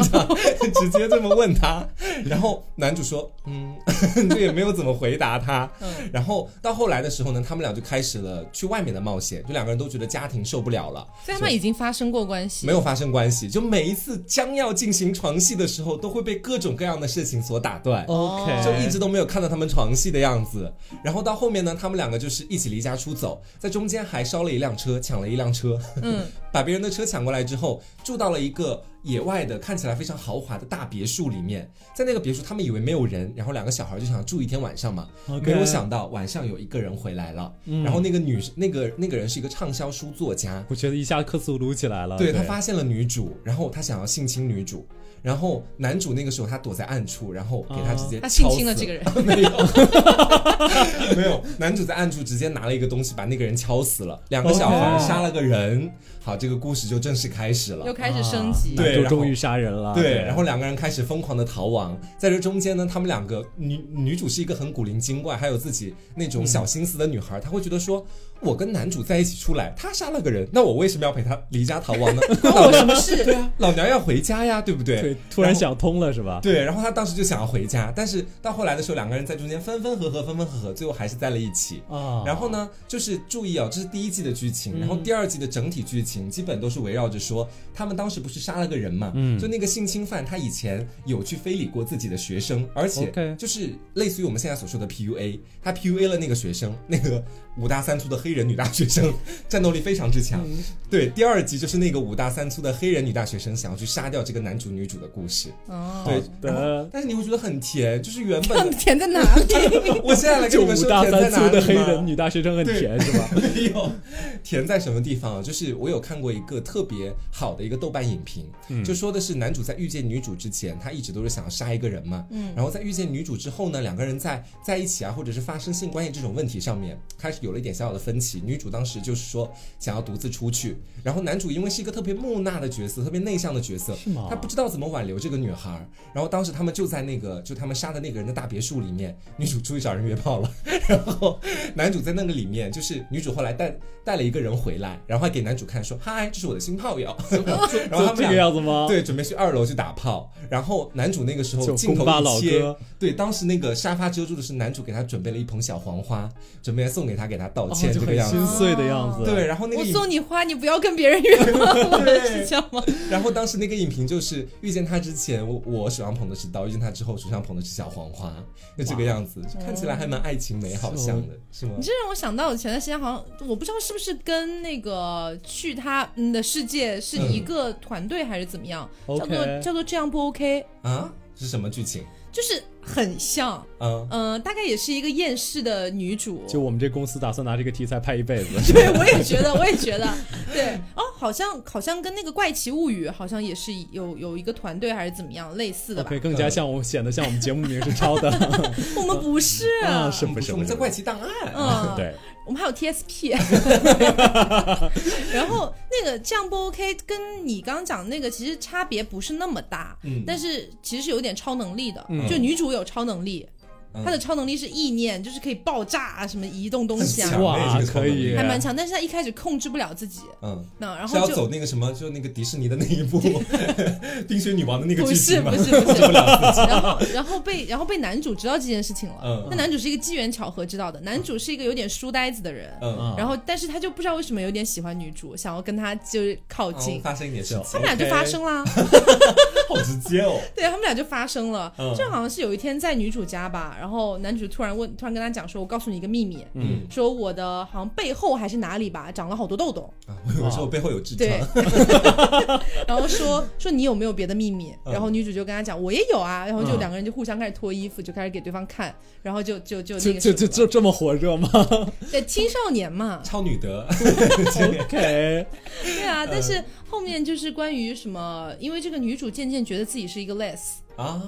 S2: 直接这么问他。然后男主说：“嗯， 就也没有怎么回答他。”然后到后来的时候呢，他们俩就开始了去外面的冒险，就两个人都觉得家庭受不了了，
S3: 所以他们已经发生过关系，
S2: 没有发生关系。就每一次将要进行床戏的时候，都会被各种各样的事情所打断。
S1: 哦 OK，
S2: 就一直都没有看到他们床戏的样子，然后到后面呢，他们两个就是一起离家出走，在中间还烧了一辆车，抢了一辆车，
S3: 嗯，
S2: 把别人的车抢过来之后，住到了一个野外的看起来非常豪华的大别墅里面，在那个别墅他们以为没有人，然后两个小孩就想住一天晚上嘛，没有，想到晚上有一个人回来了，然后那个女那个那个人是一个畅销书作家，
S1: 我觉得一下克苏鲁起来了。啊
S2: 对他发现了女主，然后他想要性侵女主，然后男主那个时候他躲在暗处，然后给他直接
S3: 他性
S2: 敲
S3: 侵了
S2: 死
S3: 这个人，
S2: 没有，没有。 男主在暗处直接拿了一个东西把那个人敲死了，两个小
S3: 哦
S2: 孩
S1: OK
S2: 杀了个人。好，这个故事就正式开始了
S3: 又。开始升级。
S2: 对
S1: 就
S2: 然后
S1: 终于杀人了。
S2: 啊对，然后两个人开始疯狂的逃亡，在这中间呢，他们两个女女主是一个很古灵精怪，还有自己那种小心思的女孩，她会觉得说，我跟男主在一起出来，他杀了个人，那我为什么要陪他离家逃亡 呢？关我什么事？ 对啊，老娘要回家呀，对不对？
S1: 对，突然想通了是吧？
S2: 对，然后他当时就想要回家，但是到后来的时候，两个人在中间分分合合，分分合合，最后还是在了一起。
S1: 啊，
S2: 然后呢，就是注意哦，这是第一季的剧
S1: 嗯
S2: 情，然后第二季的整体剧情基本都是围绕着说，他们当时不是杀了个人嘛，
S1: 嗯
S2: 就那个性侵犯，他以前有去非礼过自己的学生，而
S1: OK
S2: 且就是类似于我们现在所说的 PUA，他 PUA 了那个学生，那个五大三粗的黑人女大学生，战斗力非常之强。
S1: 嗯
S2: 对，第二集就是那个五大三粗的黑人女大学生想要去杀掉这个男主女主的故事。
S3: 哦，
S2: 对，
S1: 的
S2: 然后但是你会觉得很甜，就是 原
S3: 他
S2: 本
S3: 们
S2: 的。
S3: 填在哪 里？
S2: 我现在来跟
S1: 就
S2: 你们
S1: 五
S2: 说
S1: 大
S2: 甜
S1: 三
S2: 在哪
S1: 粗
S2: 里
S1: 的黑
S2: 吗
S1: 人女大学生很
S2: 对
S1: 甜是吧？
S2: 没有，甜在什么地方啊？就是我有看过一个特别好的一个豆瓣影评，就说的是男主在遇见女主之前，他一直都是想要杀一个人嘛，然后在遇见女主之后呢，两个人在在一起啊，或者是发生性关系这种问题上面，开始有了一点小小的分歧。女主当时就是说想要独自出去，然后男主因为是一个特别木讷的角色，特别内向的角色，
S1: 是吗
S2: 他不知道怎么挽留这个女孩儿。然后当时他们就在那个就他们杀的那个人的大别墅里面，女主出去找人约炮了， 然后男主在那个里面，就是女主后来带带了一个人回来，然后还给男主看说：“嗨，这是我的新炮友。” 然
S1: 就
S2: 后他们
S1: 这个
S2: 俩
S1: 样子吗？，
S2: 对准备去二楼去打炮，然后男主那个时候
S1: 就
S2: 镜
S1: 公巴
S2: 头
S1: 老
S2: 一切
S1: 哥，
S2: 对，当时那个沙发遮住的是男主给他准备了一盆小黄花，准备送给他，给他道
S1: 哦
S2: 歉、
S1: 就
S2: 这个
S1: 很
S2: 样
S1: 心
S2: 子。
S1: 碎的样子。
S2: 对，然后那个
S3: 我
S2: 影
S3: 送你花，你不要跟别人约 炮，是这样吗？
S2: 然后当时那个影评就是遇见他之前，我我手上捧的是刀，遇见他之后手上捧的是小黄花，就这个样子，就看起来还蛮爱情美好像的，是吗
S3: 你？这让我想到，我前段时间好像我不知道是不是跟那个去他嗯的世界是一个团队还是怎么样，叫做
S1: OK，
S3: 叫做这样不 OK，
S2: 啊，是什么剧情？
S3: 就是很像，
S2: 嗯，
S3: 嗯、大概也是一个厌世的女主。
S1: 就我们这公司打算拿这个题材拍一辈子。
S3: 对，我也觉得，我也觉得，对，哦，好像好像跟那个《怪奇物语》好像也是有有一个团队还是怎么样类似的 吧
S1: OK，？更加像我们显得像我们节目名是抄的，
S3: 我们不是，
S1: 啊，是
S2: 我们
S1: 不
S2: 不
S1: 是？
S2: 我们在
S1: 在
S2: 《怪奇档案》
S3: 嗯，
S1: 对，
S3: 我们还有 TSP，然后那个这样不 OK，跟你刚刚讲那个其实差别不是那么大，
S2: 嗯
S3: 但是其实是有点超能力的，
S1: 嗯
S3: 就女主有超能力，
S2: 嗯
S3: 他的超能力是意念，就是可以爆炸啊，什么移动东西
S2: 很
S3: 啊
S2: 强，
S1: 哇，
S2: 这个
S1: 可以，
S3: 还蛮强。但是他一开始控制不了自己，
S2: 嗯，
S3: 那然
S2: 是要
S3: 后就
S2: 走那个什么，就那个迪士尼的那一部 冰雪女王的那个
S3: 不
S2: 剧
S3: 是
S2: 情
S3: 不
S2: 吗？
S3: 是不是，然后然后被然后被男主知道这件事情了。
S2: 嗯
S3: 那男主是一个机缘巧合知道的，男主是一个有点书呆子的人，
S2: 嗯，
S1: 嗯
S3: 然后但是他就不知道为什么有点喜欢女主，想要跟她就是靠
S2: 嗯
S3: 近，
S2: 发生一点事
S3: 他
S2: 情
S3: 们，俩就
S1: 哦 OK
S3: 发生啦。
S2: 好直接哦。
S3: 对他们俩就发生了，
S2: 嗯
S3: 这好像是有一天在女主家吧，然后男主突然问，突然跟她讲说，我告诉你一个秘密，
S1: 嗯，
S3: 说我的好像背后还是哪里吧，长了好多痘痘，
S1: 嗯
S2: 啊，我有时候背后有痔
S3: 对
S2: 疮，，
S3: 然后说说你有没有别的秘密，
S2: 嗯，
S3: 然后女主就跟他讲我也有啊，然后就
S1: 嗯
S3: 两个人就互相开始脱衣服，就开始给对方看，然后就就就
S1: 就
S3: 那个
S1: 就
S3: 什
S1: 就
S3: 么
S1: 就这么火热吗
S3: 对青少年嘛
S2: 超女德，
S1: ？OK，
S3: 对啊，但是后面就是关于什么，因为这个女主渐渐觉得自己是一个 less，
S2: 啊，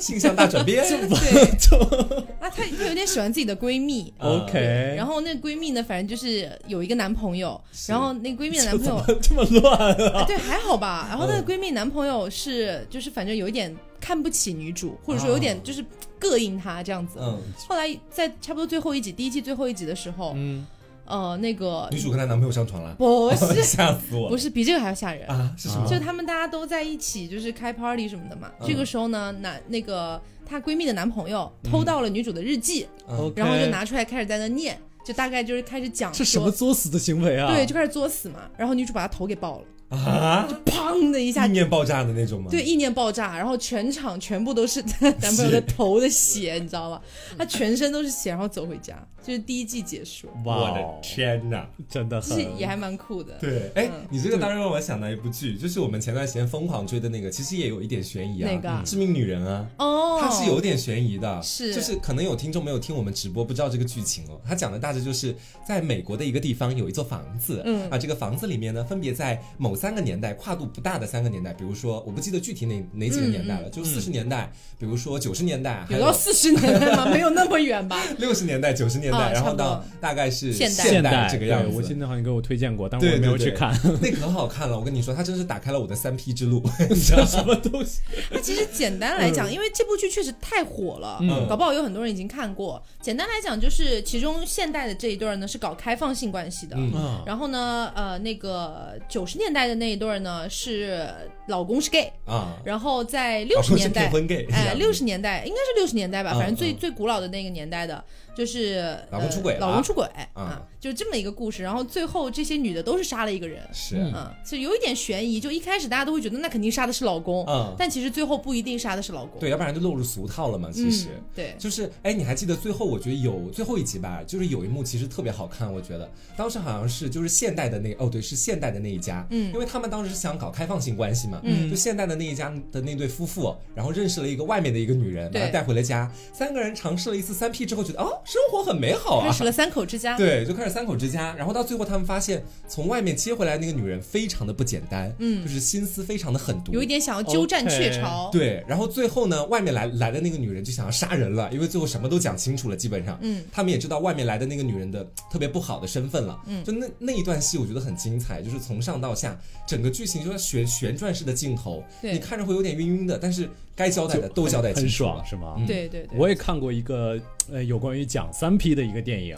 S2: 形象大转 变。
S3: 对，啊，她她有点喜欢自己的闺蜜，
S2: 嗯
S1: OK
S3: 然后那闺蜜呢，反正就是有一个男朋友，
S2: 是
S3: 然后那闺蜜的
S1: 这
S3: 男
S1: 怎
S3: 朋 友
S1: 么，这么乱啊？
S3: 啊对，还好吧。然后那个闺蜜男朋友是，就是反正有一点看不起女主，或者说有点就是膈应她这样子。
S2: 嗯，
S3: 后来在差不多最后一集，第一季最后一集的时候，
S1: 嗯，
S3: 呃，那个
S2: 女主跟她男朋友上床了，
S3: 不是
S2: 吓死我！
S3: 不是比这个还要吓人，
S2: 啊，是什
S1: 啊
S2: 么？
S3: 就他们大家都在一起，就是开 party 什么的嘛。
S2: 嗯
S3: 这个时候呢，男那个她闺蜜的男朋友偷到了女主的日记，
S2: 嗯
S1: OK
S3: 然后就拿出来开始在那念，就大概就是开始讲
S1: 这什么
S3: 说。
S1: 作死的行为啊？
S3: 对，就开始作死嘛，然后女主把她头给爆了，
S2: 啊，
S3: 砰的一下
S2: 意念爆炸的那种吗？
S3: 对，，意念爆炸，然后全场全部都是她男朋友的头的血，你知道吗？她全身都是血，然后走回家，就是第一季结束，
S1: 哇
S2: 我
S1: 哦，
S2: 的天哪！
S1: 真的
S3: 就是
S1: 很
S3: 也还蛮酷的。
S2: 对，哎
S3: 嗯，
S2: 你这个当然让我想到一部剧，就是我们前段时间疯狂追的那个，其实也有一点悬疑啊，
S3: 哪个啊
S2: 致命女人》啊。
S3: 哦，
S2: 它是有点悬疑的，
S3: 是
S2: 就是可能有听众没有听我们直播，不知道这个剧情哦。它讲的大致就是在美国的一个地方有一座房子，
S3: 嗯
S2: 啊，这个房子里面呢，分别在某三个年代，跨度不大的三个年代，比如说我不记得具体哪哪几个年
S3: 嗯
S2: 代了，就四十年代，比如说九十年代，还
S3: 有
S2: 有
S3: 到四十年代吗？没有那么远吧？
S2: 六十年代、九十年代，
S3: 啊
S2: 然
S3: 差
S2: 后
S3: 不多
S2: 到大概是
S3: 现代
S1: 现
S2: 代这个样
S1: 对我
S2: 子
S1: 记。得好像给我推荐过，但我
S2: 对
S1: 没有
S2: 对
S1: 去
S2: 对
S1: 看
S2: 那可好看了，我跟你说，它真是打开了我的三 P 之 路，你知道
S1: 什么东西。
S3: 那其实简单来
S2: 嗯
S3: 讲，因为这部剧确实太火了，
S1: 嗯
S3: 搞不好有很多人已经看过。简单来讲，就是其中现代的这一对儿呢是搞开放性关系的，
S2: 嗯
S1: 嗯
S3: 然后呢，呃，那个九十年代的那一对儿呢是老公是 gay，
S2: 啊？
S3: 然后在
S2: 老
S3: 六十
S2: 说是
S3: 年代
S2: 骗，婚 gay，
S3: 哎，六十年代应该是六十年代吧，
S2: 嗯
S3: 反正最、
S2: 嗯
S3: 最古老的那个年代的，就是
S2: 老公
S3: 呃
S2: 出轨了
S3: 老公出轨
S2: 嗯
S3: 啊，就是这么一个故事。然后最后这些女的都是杀了一个人，
S2: 是，啊
S1: 嗯
S3: 嗯，所以有一点悬疑。就一开始大家都会觉得那肯定杀的是老公，
S2: 嗯，
S3: 但其实最后不一定杀的是老公。
S2: 对，要不然就落入俗套了嘛。其
S3: 嗯，
S2: 实、
S3: 对，
S2: 就是，哎，你还记得最后我觉得有最后一集吧，就是有一幕其实特别好看，我觉得当时好像是就是现代的那哦对，是现代的那一家，
S3: 嗯
S2: 因为他们当时是想搞开放性关系嘛，
S3: 嗯
S2: 就现代的那一家的那对夫妇，然后认识了一个外面的一个女人，把她
S3: 对
S2: 带回了家，三个人尝试了一次三 P 之后，觉得哦，生活很美好啊
S3: 认，识了三口之家。
S2: 对，就开始三口之家，然后到最后他们发现从外面接回来那个女人非常的不简单，
S3: 嗯
S2: 就是心思非常的狠毒，
S3: 有一点想要鸠占鹊
S1: OK
S3: 巢。
S2: 对，然后最后呢，外面来来的那个女人就想要杀人了，因为最后什么都讲清楚了，基本上，
S3: 嗯，
S2: 他们也知道外面来的那个女人的特别不好的身份了，嗯，就那那一段戏我觉得很精彩，就是从上到下，整个剧情就是旋旋转式的镜头，
S3: 对
S2: 你看着会有点晕晕的，但是该交代的都交代清
S1: 很
S2: 楚
S1: 爽
S2: 了，
S1: 是吗？
S2: 嗯
S3: 对对对，
S1: 我也看过一个呃有关于讲三 P 的一个电影，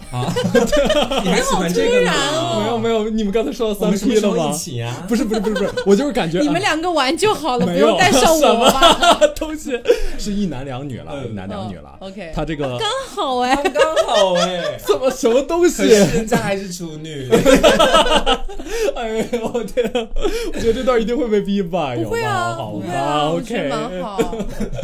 S2: 你还喜欢这个呢？
S1: 没有没有，你们刚才说到
S2: 我
S1: 三
S2: 们什么
S1: P
S2: 时
S1: 了
S2: 候一
S1: 吗？
S2: 起啊呀、
S1: 哦不是不是不是不是，我就是感 觉
S3: 你们
S1: 啊
S3: 两个玩就好了，不
S1: 没有
S3: 用带上
S1: 什
S3: 我啊
S1: 么
S3: 吧。
S1: 东西是一男两女了，
S2: 嗯
S1: 一男两女了
S3: 哦。，OK
S1: 他这个
S3: 刚好哎，
S2: 刚刚好哎、
S1: 怎么什么东西
S2: 可？是人家还是处女，
S1: 哎呦我天啊！我觉得这段一定会被逼吧？
S3: 不会
S1: 有吗
S3: 啊，
S1: 好
S3: 不会
S1: 吧
S3: 啊，我觉得
S1: ，OK。
S3: 蛮好，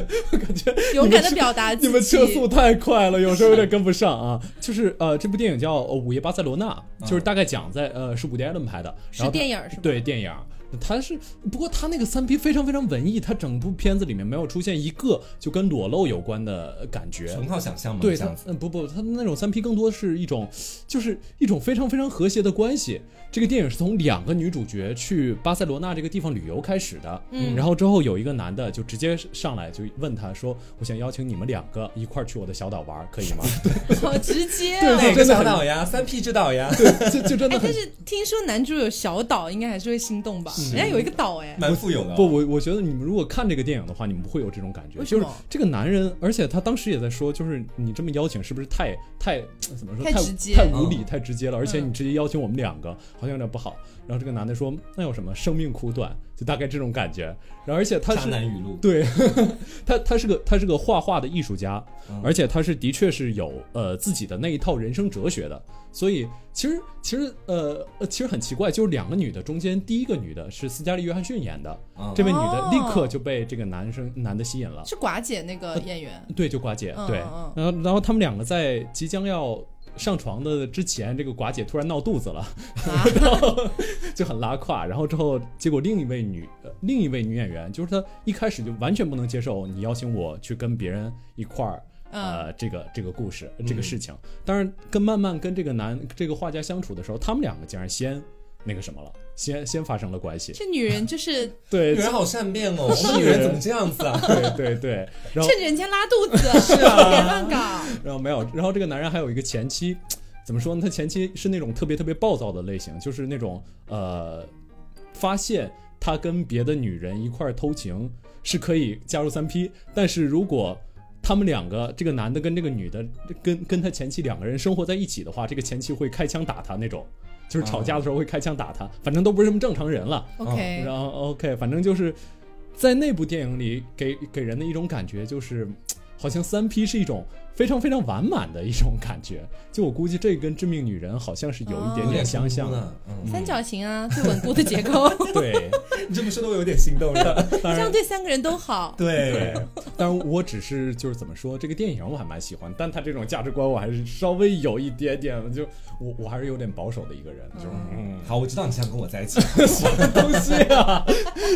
S1: 感觉
S3: 勇敢的表达自己。
S1: 你们车速太快了，有时候有点跟不上啊。就是呃，这部电影叫《呃午夜巴塞罗那》，就是大概讲在呃是伍迪·艾伦拍的，然
S3: 是
S1: 后它
S3: 电影儿是吧？
S1: 对电影儿，它是不过它那个三 P 非常非常文艺，它整部片子里面没有出现一个就跟裸露有关的感觉。
S2: 纯靠想象嘛，
S1: 对
S2: 这
S1: 它
S2: 样子，
S1: 嗯不不，它那种三 P 更多是一种，就是一种非常非常和谐的关系。这个电影是从两个女主角去巴塞罗那这个地方旅游开始的，
S3: 嗯
S1: 然后之后有一个男的就直接上来就问她说：“我想邀请你们两个一块儿去我的小岛玩儿，可以吗
S3: 好直接啊。
S1: 对
S2: 哪
S1: 真
S2: 哎个
S1: 的很
S2: 小岛呀？三 P 之岛呀？？”
S1: 就就真的
S3: 哎，
S1: 很
S3: 但是听说男主有小岛，应该还是会心动吧？人家有一个岛哎，
S2: 蛮富有的、哦。
S1: 不，我我觉得你们如果看这个电影的话，你们不会有这种感觉，
S3: 为什
S1: 就
S3: 么
S1: 是这个男人，而且他当时也在说，就是你这么邀请是不是太太呃怎么说
S3: 太
S1: 太
S3: 直接
S1: 太无理、
S2: 嗯
S1: 太直接了？而且
S3: 嗯
S1: 你直接邀请我们两个，好像有点不好。然后这个男的说：“那有什么？生命苦短，就大概这种感觉。”然后而且他
S2: 渣
S1: 是
S2: 男语录，
S1: 对， 他他是个他是个画画的艺术家，
S2: 嗯
S1: 而且他是的确是有呃自己的那一套人生哲学的，所以其实其实呃呃其实很奇怪，就是两个女的中间第一个女的是斯嘉丽·约翰逊演的，
S2: 嗯
S1: 这位女的
S3: 哦
S1: 立刻就被这个男生男的吸引了，
S3: 是寡姐那个演员，
S1: 对，就寡姐，
S3: 嗯
S1: 对
S3: 嗯，
S1: 然后然后他们两个在即将要。上床的之前，这个寡姐突然闹肚子了，
S3: 啊，
S1: 然后就很拉胯。然后之后，结果另一位女、呃另一位女演员，就是她一开始就完全不能接受你邀请我去跟别人一块儿。
S3: 嗯
S1: 呃，这个这个故事，这个事情，当然跟慢慢跟这个男这个画家相处的时候，他们两个竟然先那个什么了，先先发生了关 系，
S3: 这女人就是
S1: 对对
S2: 女人好善变哦，我们女人怎么这样子啊？
S1: 对对，然后啊
S3: 趁人家拉肚 子，别乱搞，
S1: 然后没有，然后这个男人还有一个前妻，怎么说呢？他前妻是那种特别特别暴躁的类型，就是那种呃，发现他跟别的女人一块儿偷情是可以加入三 P，但是如果他们两个，这个男的跟这个女的，跟跟他前妻两个人生活在一起的话，这个前妻会开枪打他那种，就是吵架的时候会开枪打他，反正都不是什么正常人了。
S3: OK，
S1: 嗯然后 OK，反正就是在那部电影里给给人的一种感觉就是，好像三 P 是一种非常非常完满的一种感觉。就我估计这跟《致命女人》好像是有一点
S2: 哦有
S1: 点
S2: 点
S1: 相像
S2: 冲突
S1: 的。
S2: 呢。嗯，
S3: 三角形啊，最稳固的 结构，
S1: 对，
S2: 你这么说的我有点心动 了。
S1: 当
S3: 这
S1: 然
S3: 样对三个人都好。
S1: 对，当然我只是就是怎么说，这个电影我还蛮喜欢，但他这种价值观我还是稍微有一点点，就我我还是有点保守的一个人，就是嗯。
S2: 好，我知道你想跟我在一起。
S1: 什么东西啊？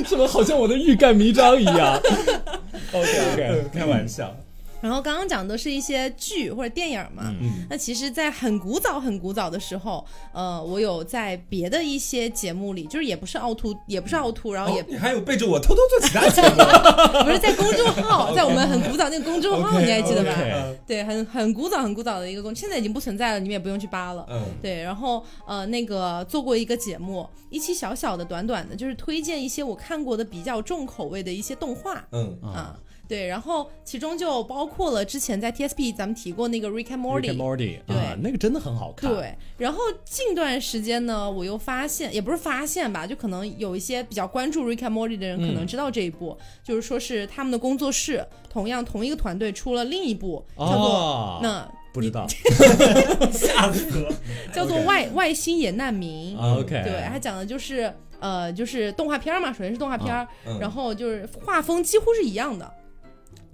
S1: 什么好像我的欲盖弥彰一 样？OK OK，
S2: 开玩笑，
S3: 然后刚刚讲的是一些剧或者电影嘛，
S2: 嗯，
S3: 那其实，在很古早、很古早的时候，呃，我有在别的一些节目里，就是也不是凹凸，也不是凹凸，然后也
S2: 哦你还有背着我偷偷做其 他节目，
S3: 不是在公众号，在我们很古早那个公众号，
S2: OK，
S3: 你还记得吧
S1: OK
S3: 对，很很古早、很古早的一个公，现在已经不存在了，你们也不用去扒了。
S2: 嗯，
S3: 对，然后呃，那个做过一个节目，一期小小的、短短的，就是推荐一些我看过的比较重口味的一些动画。
S2: 嗯
S1: 啊
S3: 啊，对，然后其中就包括了之前在 TSP 咱们提过那个 Rick
S1: Rick
S3: and Morty，
S1: and Morty，
S3: 对
S1: 啊，那个真的很好看。
S3: 对，然后近段时间呢，我又发现，也不是发现吧，就可能有一些比较关注 Rick and Morty 的人可
S1: 嗯
S3: 能知道这一部，就是说是他们的工作室同样同一个团队出了另一部，叫做、
S1: 哦，
S3: 那
S1: 不知道。
S2: 吓死了。
S1: 哎
S3: 叫做
S2: OK
S3: 外外星野难民，
S1: 啊
S2: 哎
S1: OK，
S3: 对，它讲的就是呃就是动画片儿嘛，首先是动画片儿，
S2: 嗯
S3: 然后就是画风几乎是一样的。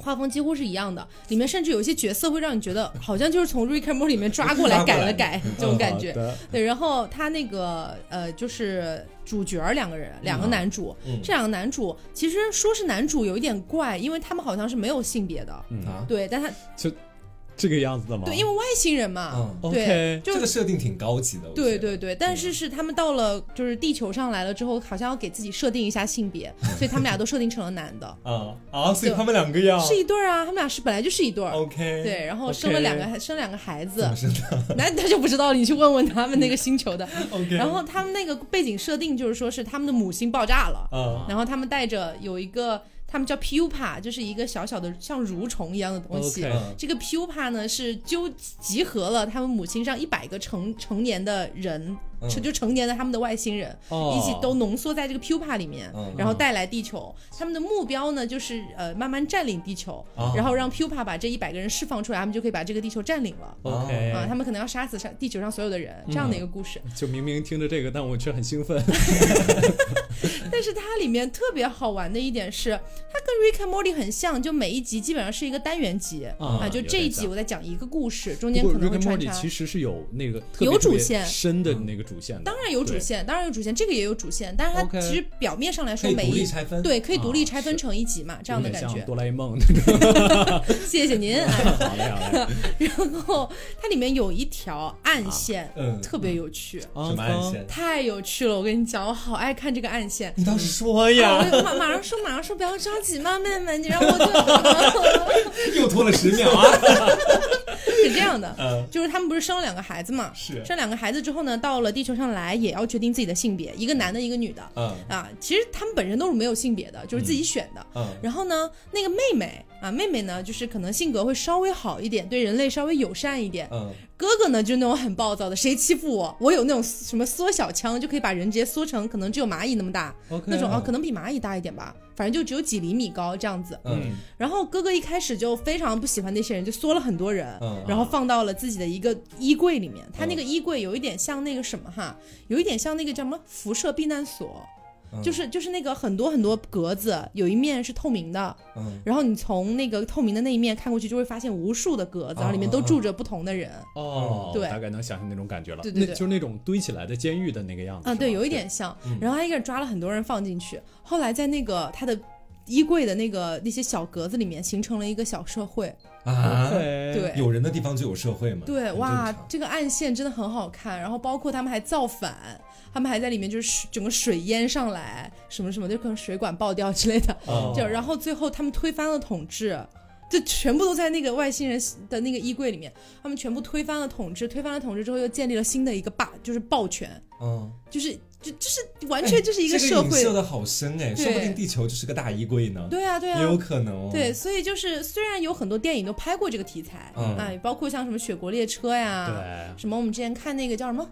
S3: 画风几乎是一样的，里面甚至有一些角色会让你觉得好像就是从《Rick and Morty》里面抓过来
S2: 抓过
S3: 改
S2: 来
S3: 了
S2: 的
S3: 改
S2: 嗯
S3: 这种感觉
S1: 好。的
S3: 对，然后他那个呃，就是主角儿两个人，两个男主，
S2: 嗯
S3: 这两个男主其实说是男主有一点怪，因为他们好像是没有性别的，
S1: 嗯
S2: 啊，
S3: 对，但他
S1: 这个样子的吗？
S3: 对，因为外星人嘛，
S2: 嗯，
S3: 对
S1: OK，
S3: 就
S2: 这个设定挺高级的，我
S3: 对
S2: 觉得，
S3: 对对，但
S2: 嗯
S3: 是是他们到了就是地球上来了之后，好像要给自己设定一下性别，所以他们俩都设定成了男的，
S2: 啊啊，所以他们两个要
S3: 是一对儿啊，他们俩是本来就是一对儿。
S2: 哦 OK，，
S3: 对，然后生了
S1: OK
S3: 两个孩生了两个孩子
S2: 怎么，生的
S3: 那那就不知道了，你去问问他们那个星球 的。
S2: OK，
S3: 然后他们那个背景设定就是说是他们的母星爆炸了，
S2: 啊
S3: 然后他们带着有一个，他们叫 pupa，就是一个小小的像蠕虫一样的东西。
S1: OK
S2: 嗯
S3: 这个 pupa 呢是纠集合了他们母亲上一百个成成年的人，
S2: 嗯
S3: 成就成年的他们的外星人，
S1: 哦
S3: 一起都浓缩在这个 pupa 里面，
S2: 嗯
S3: 然后带来地球。他们的目标呢就是呃慢慢占领地球，
S2: 哦
S3: 然后让 pupa 把这一百个人释放出来，他们就可以把这个地球占领了。
S1: OK，
S3: 啊，他们可能要杀死上地球上所有的人，这样的
S1: 嗯
S3: 一个故事。
S1: 就明明听着这个，但我却很兴奋。
S3: 但是它里面特别好玩的一点是，它跟《Rick and Morty》很像，就每一集基本上是一个单元集
S1: 啊
S3: 就
S1: 有
S3: 这一
S1: 点
S3: 集
S1: 像
S3: 我在讲一个故事，中间
S1: 不过
S3: 可能
S1: Rick
S3: 会
S1: and
S3: 穿
S1: Morty
S3: 插。
S1: 其实是有那个特别
S3: 有主
S1: 特别
S3: 线
S1: 深的那个主线的，
S3: 当然有主
S1: 对。
S3: 线，当然有主线，这个也有主线，但是它
S1: OK
S3: 其实表面上来
S2: 可
S3: 说
S2: 以
S3: 每
S2: 独立
S3: 一。
S2: 拆分，
S3: 对，可以独
S1: 啊
S3: 立拆分
S1: 是
S3: 成一集嘛，这样的
S1: 有点
S3: 感
S1: 像
S3: 觉。
S1: 哆啦 A 梦那 种
S3: 谢谢您。哎
S1: 好嘞好嘞
S3: 然后它里面有一条暗线，
S2: 嗯
S3: 特别有趣，
S1: 啊
S2: 什么暗线？
S3: 太有趣了！我跟你讲，我好爱看这个暗线。
S2: 你倒是说
S3: 啊
S2: 哎呀，
S3: 我马马上说，马上说，不要着急嘛，妹妹，你让我就。
S2: 又拖了十秒啊！
S3: 是这样的，
S2: 嗯，
S3: 就是他们不是生了两个孩子嘛？
S2: 是，
S3: 生了两个孩子之后呢，到了地球上来也要决定自己的性别，一个男的，一个女的。
S2: 嗯
S3: 啊，其实他们本身都是没有性别的，就是自己选的。
S2: 嗯
S3: 然后呢，那个妹妹啊，妹妹呢，就是可能性格会稍微好一点，对人类稍微友善一点。
S2: 嗯，
S3: 哥哥呢，就是那种很暴躁的，谁欺负我，我有那种什么缩小枪，就可以把人直接缩成可能只有蚂蚁那么大
S2: OK
S3: 那种
S2: 啊
S3: 啊，可能比蚂蚁大一点吧，反正就只有几厘米高这样子。
S2: 嗯
S3: 然后哥哥一开始就非常不喜欢那些人，就缩了很多人，
S2: 嗯
S3: 然后放到了自己的一个衣柜里面。他那个衣柜有一点像那个什么哈，有一点像那个叫什么辐射避难所，
S2: 嗯
S3: 就是就是那个很多很多格子，有一面是透明的，
S2: 嗯
S3: 然后你从那个透明的那一面看过去，就会发现无数的格子，
S2: 嗯
S3: 然后里面都住着不同的人。
S1: 哦，
S3: 对
S1: 大概能想象那种感觉了。
S3: 对对对
S1: 那就是那种堆起来的监狱的那个样子。
S3: 嗯，
S1: 是
S3: 对，
S1: 吧
S3: 有一。点像
S2: 嗯。
S3: 然后他一个人抓了很多人放进去，后来在那个他的衣柜的那个那些小格子里面形成了一个小社会。
S2: 啊，
S1: OK
S3: 对
S2: 有人的地方就有社会嘛，
S3: 对，
S2: 很
S3: 哇
S2: 正常，
S3: 这个暗线真的很好看。然后包括他们还造反，他们还在里面就是水整个水淹上来，什么什么，就可能水管爆掉之类的。
S2: 嗯
S1: 哦
S3: 就然后最后他们推翻了统治，就全部都在那个外星人的那个衣柜里面，他们全部推翻了统治，推翻了统治之后又建立了新的一个霸，就是霸权，
S2: 嗯，
S3: 就是就就是完全就是一个社
S2: 哎这个影
S3: 会。
S2: 射的好深哎，
S3: 对
S2: 说不定地球就是个大衣柜呢，
S3: 对啊，对啊，
S2: 也有可能哦，
S3: 对，，所以就是虽然有很多电影都拍过这个题材，
S2: 嗯
S3: 啊，包括像什么《雪国列车》呀，
S1: 对，
S3: 什么我们之前看那个叫什么，啊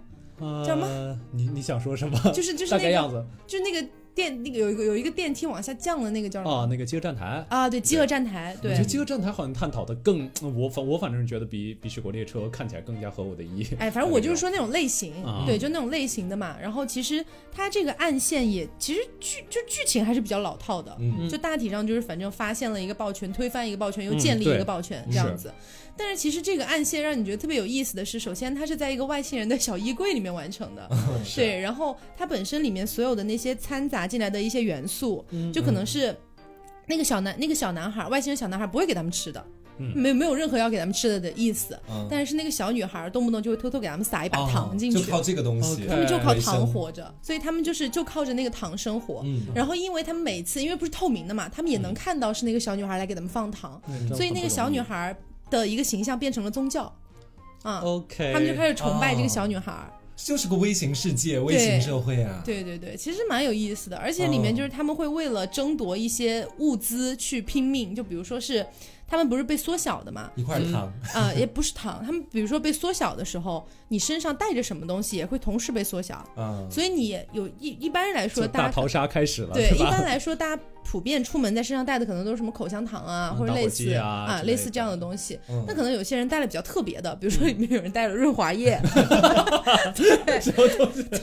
S3: 叫什
S1: 么？你你想说什么？
S3: 就是就是
S1: 大
S3: 那
S1: 概
S3: 个
S1: 样子
S3: 就是那个电那个有一个有一个电梯往下降的那个叫什么？
S1: 哦，那个饥饿站台。
S3: 啊，对，饥饿站台，
S1: 我
S3: 对
S1: 觉得，饥饿站台好像探讨的更，嗯我反我反正是觉得比比雪国列车看起来更加合我的 意。
S3: 哎，反正我就是说那种类型
S1: 啊，
S3: 对，就那种类型的嘛。然后其实它这个暗线也，其实剧就剧情还是比较老套的，
S2: 嗯
S3: 就大体上就是反正发现了一个抱拳，推翻一个抱拳，又
S1: 嗯
S3: 建立一
S1: 对
S3: 个抱拳
S1: 是
S3: 这样子。但是其实这个暗线让你觉得特别有意思的是，首先它是在一个外星人的小衣柜里面完成 的，
S2: 是
S3: 对，然后它本身里面所有的那些掺杂进来的一些元素，
S1: 嗯
S3: 就可能是那个小男那个小男孩，外星人小男孩不会给他们吃的，
S1: 嗯
S3: 没有没有任何要给他们吃的的意思。
S2: 嗯
S3: 但是那个小女孩动不动就会偷偷给他们撒一把
S2: 哦
S3: 糖进去，
S2: 就靠哎这个东西，
S1: OK
S3: 他们就靠
S2: 维
S3: 糖
S2: 生
S3: 活着，所以他们就是就靠着那个糖生活。
S2: 嗯
S3: 然后，因为他们每次因为不是透明的嘛，他们也能看到是那个小女孩来给他们放糖，
S1: 嗯
S3: 所以那个小女。孩的一个形象变成了宗教，啊，
S1: OK，
S3: 他们就开始崇拜这
S2: 哦
S3: 个小女孩。
S2: 就是个微型世界、微型社会啊。
S3: 对对对，其实蛮有意思的，而且里
S2: 哦
S3: 面就是他们会为了争夺一些物资去拼命，就比如说是他们不是被缩小的嘛，
S2: 一块糖，
S3: 啊、也不是糖，他们比如说被缩小的时候，你身上带着什么东西也会同时被缩小，
S2: 嗯，
S3: 所以你也有一一般来说
S1: 就大
S3: 大家
S1: 逃杀开始了，
S3: 对
S1: 是
S3: 一
S1: 吧？
S3: 般 来说大家普遍出门在身上带的可能都是什么口香糖啊，
S1: 嗯
S3: 或者
S1: 打火
S3: 类
S1: 机
S3: 似
S1: 啊之类
S3: 类似
S1: 的嗯
S3: 这样的东西。
S2: 嗯
S3: 那可能有些人带了比较特别的，比如说里面有人带了润滑液，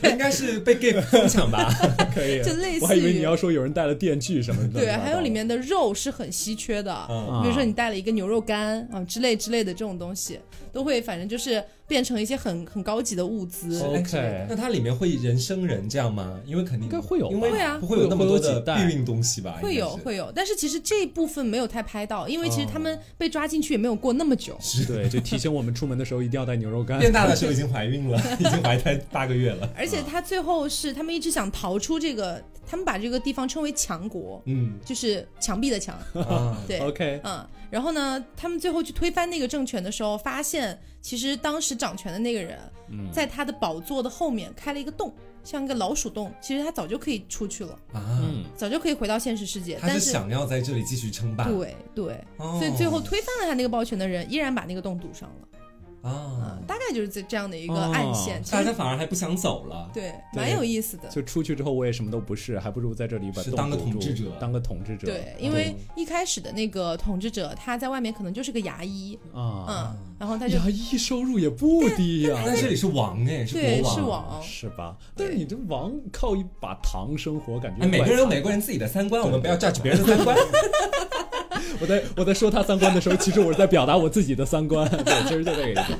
S2: 应该是被 gay 疯抢吧？
S1: 可以，
S3: 就类
S1: 我还
S3: 似
S1: 以为你
S3: 于
S1: 要说有人带了电锯什么的。
S3: 对，还有里面的肉是很稀缺的，
S1: 啊
S2: 嗯
S3: 比如说你带了一个牛肉干啊之类之类的这种东西，都会反正就是变成一些很很高级的物资。
S1: 哦
S2: 是
S1: OK，
S2: 那它里面会人生人这样吗？因为肯定
S1: 应该会有吧
S2: 因为
S3: 会啊
S2: 不会有那么多
S1: 会有
S2: 的
S1: 几代
S2: 避孕东西吧？
S3: 会有
S2: 应该是
S3: 会有，但是其实这一部分没有太拍到，因为其实他
S2: 哦
S3: 们被抓进去也没有过那么
S2: 嗯
S3: 久。
S1: 对，就提醒我们出门的时候一定要带牛肉 干。
S2: 变大的时候已经怀孕了， 已经怀胎八个月了。
S3: 而且他最后是他们一直想逃出这个，他们把这个地方称为强国，
S2: 嗯
S3: 就是墙壁的 墙。
S2: 啊，
S3: 对，
S1: OK，
S3: 嗯，然后呢，他们最后去推翻那个政权的时候，发现其实当时掌权的那个人，
S2: 嗯
S3: 在他的宝座的后面开了一个洞，像一个老鼠洞。其实他早就可以出去了，
S2: 啊，
S1: 嗯，
S3: 早就可以回到现实世界，
S2: 他
S3: 但
S2: 是
S3: 是
S2: 想要在这里继续称霸。
S3: 对对，
S2: 哦，
S3: 所以最后推翻了他那个抱拳的人，依然把那个洞堵上了。
S2: 啊
S3: 啊，，大概就是这这样的一个暗线，其
S2: 大家
S3: 实
S2: 反而还不想走了。
S3: 对
S1: 对
S3: 蛮有意思的。
S1: 就出去之后我也什么都不是，还不如在这里把
S2: 是
S1: 洞
S2: 当个
S1: 堵
S2: 统治
S1: 住
S2: 者
S1: 当个统治者。
S3: 对，因为一开始的那个统治者，他在外面可能就是个牙医，
S1: 啊，
S3: 嗯，然后他就
S1: 牙医收入也不低呀，
S2: 但啊这里是王哎，是
S3: 对
S2: 国
S3: 是
S2: 王。
S3: 王，
S1: 是吧？但
S3: 对
S1: 是你这王靠一把糖生活，感觉
S2: 哎，每个人有每
S1: 怪
S2: 个人自己的三观，我们不要 judge 别人的 三观。
S1: 惨。我在我在说他三观的时候，其实我是在表达我自己的三观，对，其实就这个意思。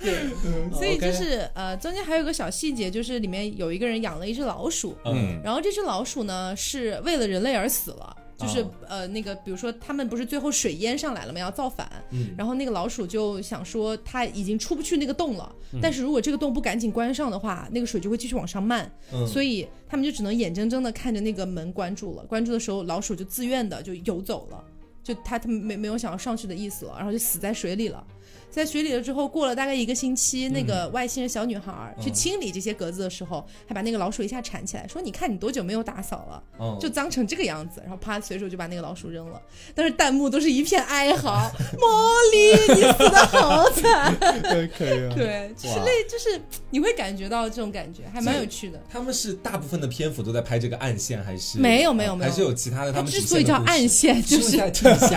S3: 所
S1: 哦
S3: 以就是呃，中间还有一个小细节，就是里面有一个人养了一只老鼠，
S2: 嗯
S3: 然后这只老鼠呢是为了人类而死了。就是、
S2: 哦
S3: 呃那个，比如说他们不是最后水淹上来了嘛，要造反，
S2: 嗯
S3: 然后那个老鼠就想说它已经出不去那个洞了，但是如果这个洞不赶紧关上的话，那个水就会继续往上漫，
S2: 嗯，
S3: 所以他们就只能眼睁睁的看着那个门关住了，关住的时候老鼠就自愿的就游走了，就就他他没没有想要上去的意思了，然后就死在水里了。在水里了之后，过了大概一个星期，那个外星人小女孩儿
S2: 嗯
S3: 去清理这些格子的时候，还把那个老鼠一下缠起来，说：“你看你多久没有打扫了？
S2: 嗯，
S3: 就脏成这个样子。”然后啪，随手就把那个老鼠扔了。但是弹幕都是一片哀嚎：“魔力，你死的好惨。
S1: 对，可以”啊。
S3: 对，就是
S2: 哇
S3: 那，就是你会感觉到这种感觉，还蛮有趣的。
S2: 他们是大部分的篇幅都在拍这个暗线，还是
S3: 没有没有
S2: 啊
S3: 没有
S2: 还是有其他的他
S3: 它
S2: 们
S3: 之
S2: 主
S3: 所以
S2: 线的
S3: 叫
S2: 故事
S3: 暗线，就
S2: 说一
S3: 是
S2: 下听一下。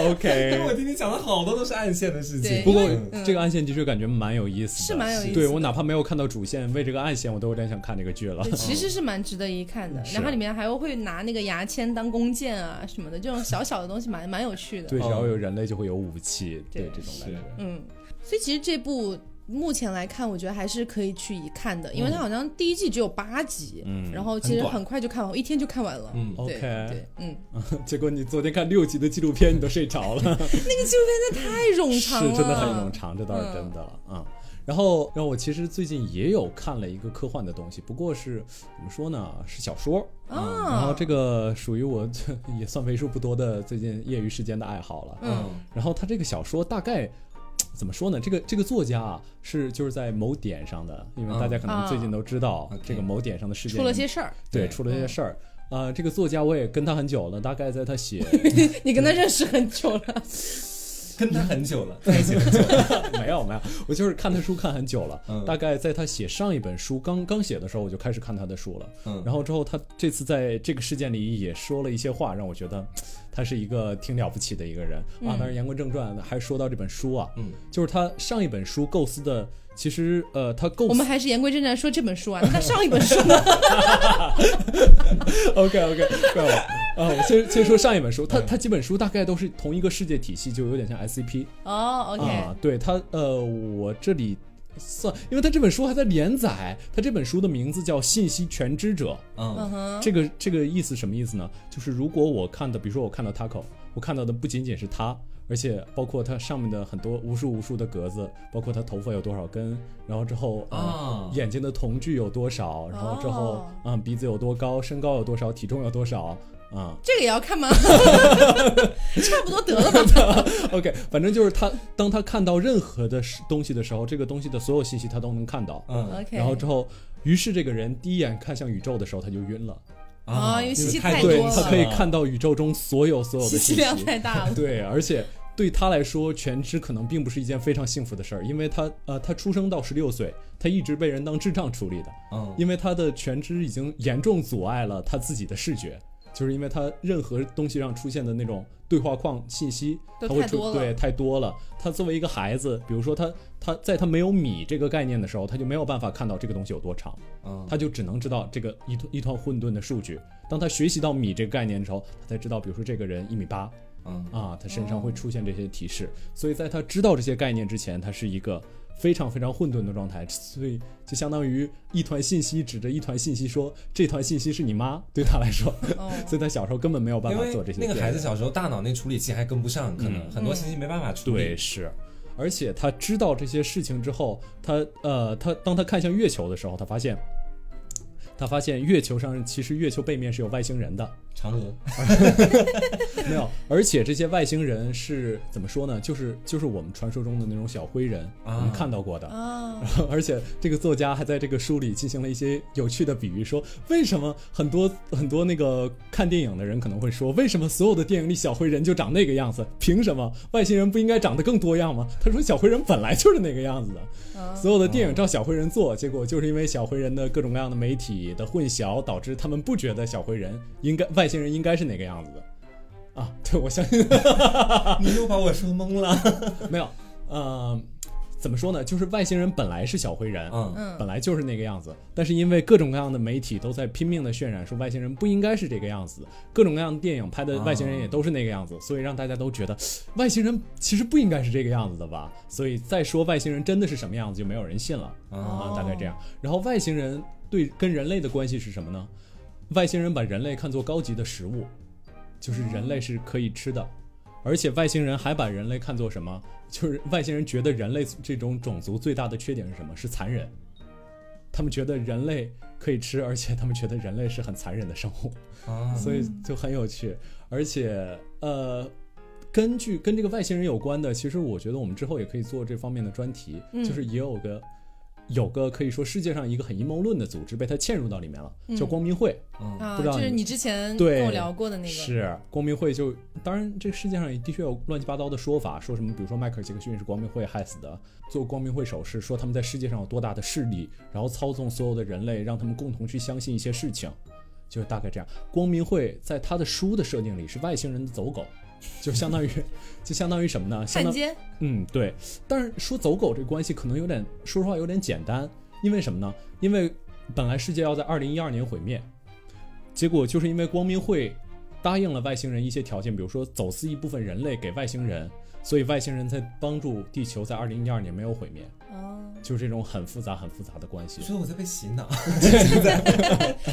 S2: 我
S1: OK，
S2: 听你讲了好多都是暗线的事情，
S3: 对
S1: 不过
S2: 嗯
S1: 这个暗线的确感觉蛮有意思的，
S3: 是蛮有意思的
S1: 对我哪怕没有看到主线，为这个暗线我都有点想看这个剧了
S3: 对，。其实是蛮值得一看的。
S1: 是啊
S3: 然后里面还会拿那个牙签当弓箭啊什么的，这种小小的东西蛮蛮有趣的。
S1: 对，只要
S2: 嗯
S1: 有人类就会有武器，对
S3: 对
S1: 这种感觉。
S3: 嗯，所以其实这部目前来看，我觉得还是可以去一看的，因为它好像第一季只有八集，
S1: 嗯
S3: 然后其实
S2: 很短
S3: 很快就看完，我一天就看完了。
S2: 嗯，
S1: OK
S3: 对对，嗯，
S1: 结果你昨天看六集的纪录片，你都睡着了。
S3: 太冗长啊了，
S1: 是真的很冗。长，这倒是真的啊、嗯然后，让我其实最近也有看了一个科幻的东西，不过是怎么说呢，是小说。嗯
S3: 啊
S1: 然后这个属于我也算为数不多的最近业余时间的爱好了。
S3: 嗯
S1: 然后他这个小说大概怎么说呢？这个这个作家啊，是就是在某点上的，因为
S2: 嗯
S1: 大家可能最近都知道
S2: 啊
S1: 这个某点上的事件
S3: 出了些事儿，嗯
S1: 对
S2: 对
S1: 出了些事儿。呃，这个作家我也跟他很久了，大概在他 写
S3: 你跟他认识很久了，
S2: 跟他很久
S1: 嗯
S2: 了，在一起很久了，
S1: 没有没有，我就是看他书看很久了，
S2: 嗯
S1: 大概在他写上一本书刚刚写的时候，我就开始看他的书了。
S2: 嗯
S1: 然后之后他这次在这个事件里也说了一些话，让我觉得他是一个挺了不起的一个人
S3: 嗯
S1: 啊。当然，言归正传，还说到这本书啊，
S2: 嗯，
S1: 就是他上一本书构思的，其实呃，他构
S3: 我
S1: 思
S3: 们还是言归正传说这本书啊，那他上 一本书呢？
S1: OK OK，怪我啊，我先先说上一本书，
S3: 嗯
S1: 他他几本书大概都是同一个世界体系，就有点像 SCP。
S3: 哦，OK，
S1: 啊，对他，呃，我这里算，因为他这本书还在连载，他这本书的名字叫《信息全知者》。
S3: 嗯
S2: 嗯
S3: 哼，
S1: 这个这个意思什么意思呢？就是如果我看的，比如说我看到 Taco，我看到的不仅仅是他，而且包括他上面的很多无数无数的格子，包括他头发有多少根，然后之后呃
S2: 啊
S1: 眼睛的瞳距有多少，然后之后
S3: 哦
S1: 嗯、鼻子有多高，身高有多少，体重有多少。啊、
S3: 这个也要看吗？差不多得了吧。
S1: OK，反正就是他，当他看到任何的事东西的时候，这个东西的所有信息他都能看到。
S2: 嗯
S3: OK，
S1: 然后之后，于是这个人第一眼看向宇宙的时候，他就晕了。
S3: 啊因为信息太多
S1: 对
S3: 了
S1: 他可以看到宇宙中所有所有的
S3: 信息
S1: 信
S3: 量
S1: 息。
S3: 太 大了。
S1: 对，而且对他来说，全知可能并不是一件非常幸福的事儿，因为他呃，他出生到十六岁，他一直被人当智障处理的，
S2: 嗯
S1: 因为他的全知已经严重阻碍了他自己的视觉。就是因为他任何东西上出现的那种对话框信息，
S3: 都
S1: 他会
S3: 太
S1: 出
S3: 多了
S1: 对太多了。他作为一个孩子，比如说他他在他没有米这个概念的时候，他就没有办法看到这个东西有多长。
S2: 嗯
S1: 他就只能知道这个一团一团混沌的数据。当他学习到米这个概念的时候，他才知道，比如说这个人一米八
S2: 嗯
S1: 啊，他身上会出现这些提示。所以在他知道这些概念之前，他是一个非常非常混沌的状态，所以就相当于一团信息指着一团信息说，这团信息是你妈。对他来说，
S3: 哦，
S1: 所以他小时候根本没有办
S2: 因
S1: 法
S2: 为
S1: 做这些。啊嗯
S2: 那个孩子小时候大脑那处理器还跟不上，可能很多信息没办法处
S1: 对，
S2: 理。
S1: 是。而且他知道这些事情之后，他呃，他当他看向月球的时候，他发现，他发现月球上其实月球背面是有外星人的，
S2: 嫦娥，
S1: 没有。而且这些外星人是怎么说呢？就是就是我们传说中的那种小灰人，
S2: 啊
S1: 我们看到过的。
S3: 啊，
S1: 而且这个作家还在这个书里进行了一些有趣的比喻，说为什么很多很多那个看电影的人可能会说，为什么所有的电影里小灰人就长那个样子？凭什么外星人不应该长得更多样吗？他说小灰人本来就是那个样子的，
S3: 啊
S1: 所有的电影照小灰人做，结果就是因为小灰人的各种各样的媒体的混淆，导致他们不觉得小灰人应该外星人应该是哪个样子的。啊，对，我相信
S2: 你又把我说懵了。
S1: 没有，呃，怎么说呢？就是外星人本来是小灰人，
S2: 嗯
S3: 嗯
S1: 本来就是那个样子，但是因为各种各样的媒体都在拼命的渲染说外星人不应该是这个样子，各种各样的电影拍的外星人也都是那个样子，所以让大家都觉得哎外星人其实不应该是这个样子的吧，所以再说外星人真的是什么样子就没有人信了
S2: 啊
S3: 哦
S1: 啊，大概这样。然后外星人对跟人类的关系是什么呢？外星人把人类看作高级的食物，就是人类是可以吃的。而且外星人还把人类看作什么？就是外星人觉得人类这种种族最大的缺点是什么？是残忍。他们觉得人类可以吃，而且他们觉得人类是很残忍的生物，
S2: 啊，
S1: 所以就很有趣。而且呃。根据跟这个外星人有关的，其实我觉得我们之后也可以做这方面的专题，
S3: 嗯
S1: 就是也有个有个可以说世界上一个很阴谋论的组织被它嵌入到里面了，叫光明会。
S2: 嗯，
S3: 啊，
S1: 不知道
S3: 就是
S1: 你
S3: 你之前
S1: 对
S3: 跟我聊过的那个，
S1: 是光明会就，当然这个世界上也的确有乱七八糟的说法，说什么比如说迈克尔杰克逊是光明会害死的，做光明会手势，说他们在世界上有多大的势力，然后操纵所有的人类，让他们共同去相信一些事情，就大概这样。光明会在他的书的设定里是外星人的走狗，就相当于 就相当于什么呢？ 相
S3: 汉
S1: 当
S3: 奸，
S1: 嗯，对。但是说走狗这个关系可能有点，说实话有点简单，因为什么呢？因为本来世界要在二零一二年毁灭，结果就是因为光明会答应了外星人一些条件，比如说走私一部分人类给外星人，所以外星人才帮助地球在二零一二年没有毁灭，
S3: 哦，
S1: 就是这种很复杂很复杂的关系
S2: 我。觉得我在被洗 脑。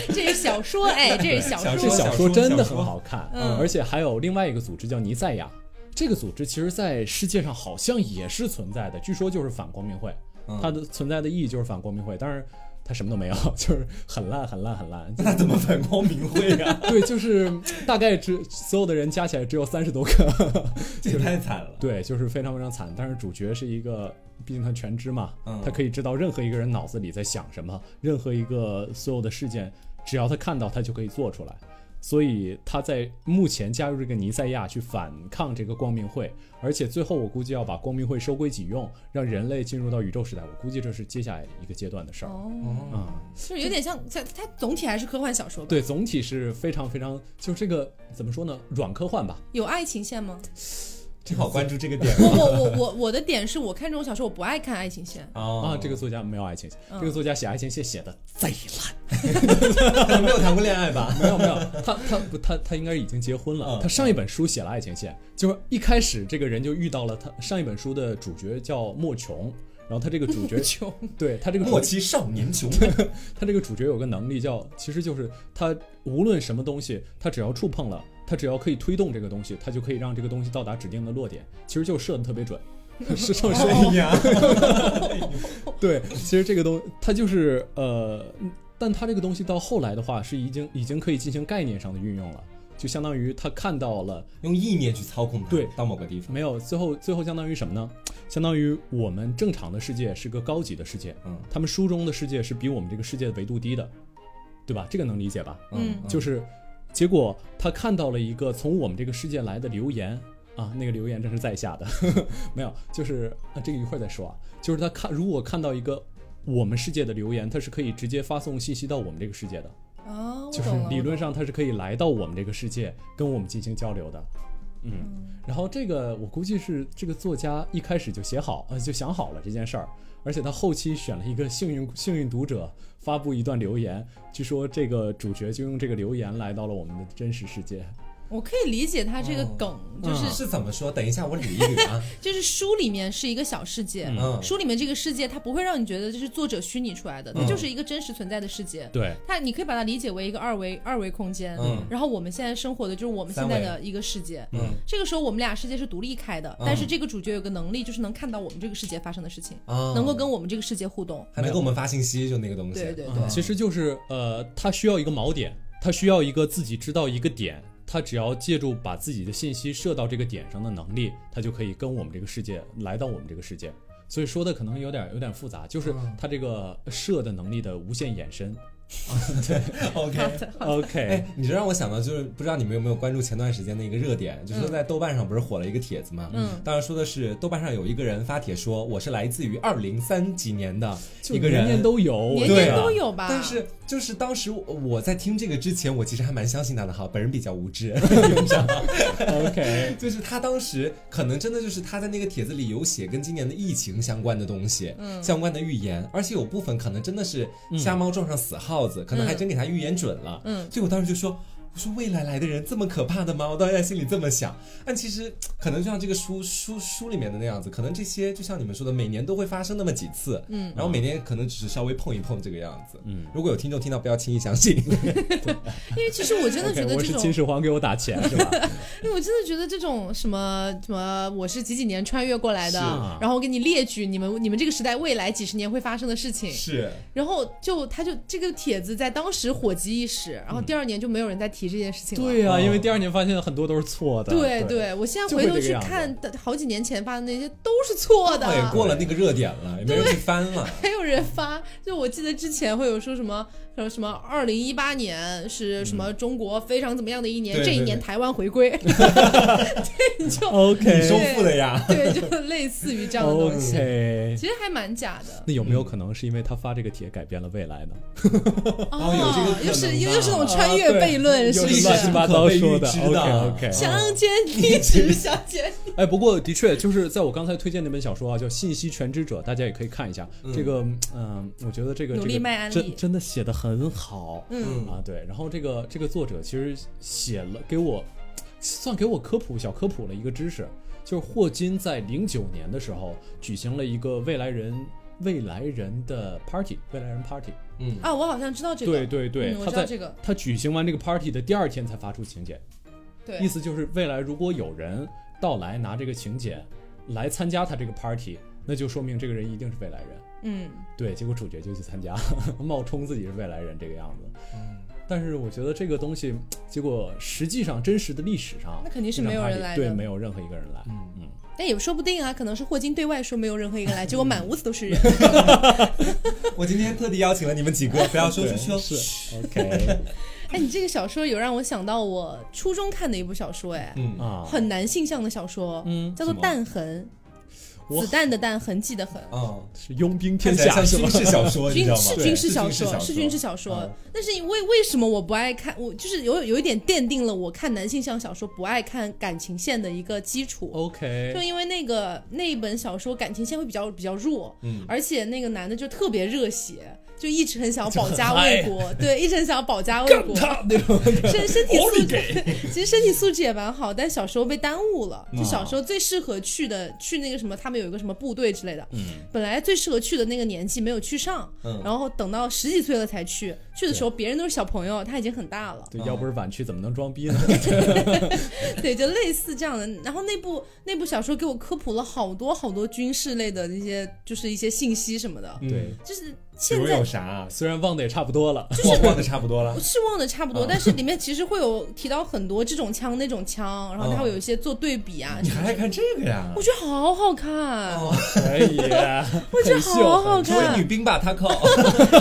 S3: 这是小说，哎，这是小
S2: 小
S1: 这
S2: 说
S1: 小说真的很好看，
S3: 小说嗯
S1: 而且还有另外一个组织叫尼塞亚，这个组织其实在世界上好像也是存在的，据说就是反光明会。
S2: 嗯
S1: 它的存在的意义就是反光明会，当然它什么都没有， 就是很烂很烂很烂。
S2: 那怎么反光明会啊？
S1: 对，就是大概只所有的人加起来只有三十多个，
S2: 这也太惨了。
S1: 对，就是非常非常惨。但是主角是一个，毕竟他全知嘛
S2: 嗯，
S1: 他可以知道任何一个人脑子里在想什么，任何一个所有的事件，只要他看到，他就可以做出来。所以他在目前加入这个尼塞亚去反抗这个光明会，而且最后我估计要把光明会收归己用，让人类进入到宇宙时代。我估计这是接下来一个阶段的事儿。
S3: 哦，
S1: 嗯
S2: 哦，
S3: 就是有点像像它总体还是科幻小说吧？
S1: 对，总体是非常非常，就这个怎么说呢，软科幻吧。
S3: 有爱情 线吗？
S2: 正好关注这个点
S3: 我我我我我的点是我看这种小说我不爱看爱情线，
S1: 啊
S2: 哦，
S1: 这个作家没有爱情线，
S3: 嗯
S1: 这个作家写爱情线写的贼烂。
S2: 个 没有谈过恋爱 吧？
S1: 没有没有，他他不他他应该已经结婚了。
S2: 嗯
S1: 他上一本书写了爱情线，就是一开始这个人就遇到了他上一本书的主角叫莫琼，然后他这个主角
S3: 穷
S1: 对他这个主
S2: 莫欺少年穷，
S1: 他这个主角有个能力叫，其实就是他无论什么东西，他只要触碰了，他只要可以推动这个东西，他就可以让这个东西到达指定的落点，其实就射的特别准。 是这么说
S2: 哎呀，
S1: 对，其实这个东它就是呃，但它这个东西到后来的话是已经已经可以进行概念上的运用了，就相当于他看到了
S2: 用意念去操控它，
S1: 对
S2: 到某个地方，
S1: 没有，最后最后相当于什么呢？相当于我们正常的世界是个高级的世界，
S2: 嗯
S1: 他们书中的世界是比我们这个世界的维度低的，对吧？这个能理解吧？
S3: 嗯
S1: 就是，结果他看到了一个从我们这个世界来的留言啊，那个留言真是在下的， 没有，就是啊，这个一会儿再说啊，就是他看如果看到一个我们世界的留言，它是可以直接发送信息到我们这个世界的，
S3: 啊，我
S1: 就是
S3: 懂了
S1: 理论上它是可以来到我们这个世界跟我们进行交流的，嗯。然后这个我估计是这个作家一开始就写好，呃，就想好了这件事儿，而且他后期选了一个幸运幸运读者发布一段留言，据说这个主角就用这个留言来到了我们的真实世界。
S3: 我可以理解它这个梗，就是
S1: 嗯
S2: 是怎么说？等一下，我捋一捋啊。
S3: 就是书里面是一个小世界，
S2: 嗯
S3: 书里面这个世界它不会让你觉得这是作者虚拟出来的，它
S2: 嗯
S3: 就是一个真实存在的世界。
S1: 对，
S3: 它你可以把它理解为一个二维二维空间，
S2: 嗯
S3: 然后我们现在生活的就是我们现在的一个世界。
S2: 嗯
S3: 这个时候我们俩世界是独立开的，
S2: 嗯
S3: 但是这个主角有个能力，就是能看到我们这个世界发生的事情，
S2: 啊，
S3: 能够跟我们这个世界互动。
S2: 还能给我们发信息，就那个东西。
S3: 对对
S2: 嗯
S3: 对，
S1: 其实就是呃，他需要一个锚点，他需要一个自己知道一个点，他只要借助把自己的信息射到这个点上的能力，他就可以跟我们这个世界来到我们这个世界。所以说的可能有点有点复杂，就是
S3: 嗯
S1: 他这个射的能力的无限延 伸。
S3: 好
S2: OK。
S3: 的，
S1: OK，
S2: 哎，你这让我想到，就是不知道你们有没有关注前段时间的一个热点，就是说在豆瓣上不是火了一个帖子嘛？
S3: 嗯
S2: 当然说的是豆瓣上有一个人发帖说，我是来自于二零三几年的
S1: 就
S2: 一个人，
S1: 年年都有，我
S3: 年
S1: 觉
S2: 对
S1: 得
S3: 年
S2: 啊
S3: 都有吧？
S2: 但是就是当时我我在听这个之前，我其实还蛮相信他的哈，本人比较无知，你知道吗
S1: OK，
S2: 就是他当时可能真的就是他在那个帖子里有写跟今年的疫情相关的东西，
S3: 嗯
S2: 相关的预言，而且有部分可能真的是瞎猫撞上死耗子，可能还真给他预言准了。
S3: 嗯
S2: 所以我当时就说。我说未来来的人这么可怕的吗？我当时在心里这么想，但其实可能就像这个书书书里面的那样子，可能这些就像你们说的，每年都会发生那么几次，
S3: 嗯，
S2: 然后每年可能只是稍微碰一碰这个样子。
S1: 嗯
S2: 如果有听众听到，不要轻易相信。
S3: 因为其实我真的觉
S1: OK，
S3: 得
S1: 我
S3: 这
S1: 是
S3: 种
S1: 秦始皇给我打钱是 吧？
S3: 因为我真的觉得这种什么什么，我是几几年穿越过来的，
S2: 是
S1: 啊
S3: 然后给你列举你们你们这个时代未来几十年会发生的事情，
S2: 是，嗯
S3: 然后就他就这个帖子在当时火极一时，然后第二年就没有人再提题这件事情了。
S1: 对呀、啊
S2: 哦
S1: 因为第二年发现很多都是错的。
S3: 嗯对
S1: 对
S3: 对，我现在
S1: 就
S3: 回
S1: 会
S3: 头
S1: 这个
S3: 去
S1: 样子
S3: 看的好几年前发的那些都是错的，
S2: 对，过了那个热点了，也没人去翻 了。
S3: 还有人发，就我记得之前会有说什么呃什么二零一八年是什
S1: 嗯
S3: 么中国非常怎么样的一年，
S2: 对对
S3: 这一年台湾回归， 这你就
S1: OK
S2: 你收复了呀？
S3: 对，就类似于这样的
S1: 哦
S3: 东西，嗯
S1: OK。
S3: 其实还蛮假的
S1: 那有没有可能是因为他发这个帖改变了未来呢？
S2: 哦有这个可能
S3: 又是又是那种
S1: 啊
S3: 穿越
S1: 对
S3: 悖论，
S1: 有
S3: 是不
S2: 历
S3: 是
S2: 史？
S1: 乱七 八糟说
S2: 是不可被预知的
S1: OK OK。
S3: 想见你， 只想见你。
S1: 哎，不过的确就是在我刚才推荐那本小说啊，叫《信息全知者》，大家也可以看一下。这个，嗯、我觉得这个
S3: 努力
S1: 这个
S3: 卖安利
S1: 真真的写的很好、
S3: 嗯，
S1: 啊。对，然后这个这个作者其实写了给我算给我科普小科普了一个知识，就是霍金在零九年的时候举行了一个未来人未来人的 party，未来人 party。
S2: 嗯，
S3: 啊，我好像知道这个，
S1: 对对对，
S3: 嗯我
S1: 他
S3: 知道
S1: 在
S3: 这个，
S1: 他举行完这个 party 的第二天才发出请柬。
S3: 对，
S1: 意思就是未来如果有人到来拿这个请柬来参加他这个 party，那就说明这个人一定是未来人。
S3: 嗯，
S1: 对，结果主角就去参加，冒充自己是未来人这个样子。但是我觉得这个东西，结果实际上真实的历史上，
S3: 那肯定是没有人来
S1: 对，
S3: 的
S1: 没。有任何一个人来。
S3: 嗯
S2: 嗯
S3: 但也说不定啊，可能是霍金对外说没有任何一个人来，结果满屋子都是人。
S2: 我今天特地邀请了你们几个，不要说出去哦。
S1: 对是 OK
S3: 哎，你这个小说有让我想到我初中看的一部小说，哎，
S2: 嗯，
S1: 啊，
S3: 很男性向的小说，
S1: 嗯
S3: 叫做
S1: 什么
S3: 《弹痕》，
S1: 我
S3: 子弹的弹，痕迹的痕。
S2: 哦，
S1: 是佣兵天
S2: 看起来
S1: 下
S2: 像
S1: 是
S2: 军
S1: 吗？
S2: 事 小说，你知
S3: 军
S2: 道吗？
S3: 是
S2: 对
S3: 军事小
S2: 说，
S3: 说，是军事小
S2: 嗯
S3: 说。但是为为什么我不爱看？我就是有有一点奠定了我看男性向小说不爱看感情线的一个基础。
S1: 哦
S3: 就
S1: OK，
S3: 因为那个那一本小说感情线会比较比较弱，
S2: 嗯
S3: 而且那个男的就特别热血，就一直很想要保
S1: 就
S3: 家
S1: 很嗨
S3: 卫国，对，一直很想要保家卫
S1: 干
S3: 国，
S1: 他那种
S3: 身身体
S1: 我
S3: 素
S1: 你
S3: 质
S1: 给
S3: 其实身体素质也蛮好，但小时候被耽误了。就
S1: 啊
S3: 小时候最适合去的，去那个什么，他们有一个什么部队之类的，
S1: 嗯
S3: 本来最适合去的那个年纪没有去上，
S2: 嗯
S3: 然后等到十几岁了才去，去的时候别人都是小朋友，他已经很大了。
S1: 对，要不是晚去怎么能装逼呢？
S3: 对，就类似这样的。然后那部那部小说给我科普了好多好多军事类的那些，就是一些信息什么的，
S2: 嗯
S1: 对，
S3: 就是
S2: 比
S3: 现
S2: 如
S3: 在
S2: 有啥啊？
S1: 虽然忘得也差不多了，
S2: 忘忘的差不多了。
S3: 是忘的差不
S2: 啊
S3: 多，但是里面其实会有提到很多这种枪那种枪，然后它会有一些做对比 啊
S2: 你
S3: 什么
S2: 还
S3: 的。
S2: 爱看这个呀
S3: 我？觉得好好看，
S2: 哦
S1: 可以， 我
S3: 我觉得好好
S2: 成为
S3: 看
S2: 女。兵吧，他 靠。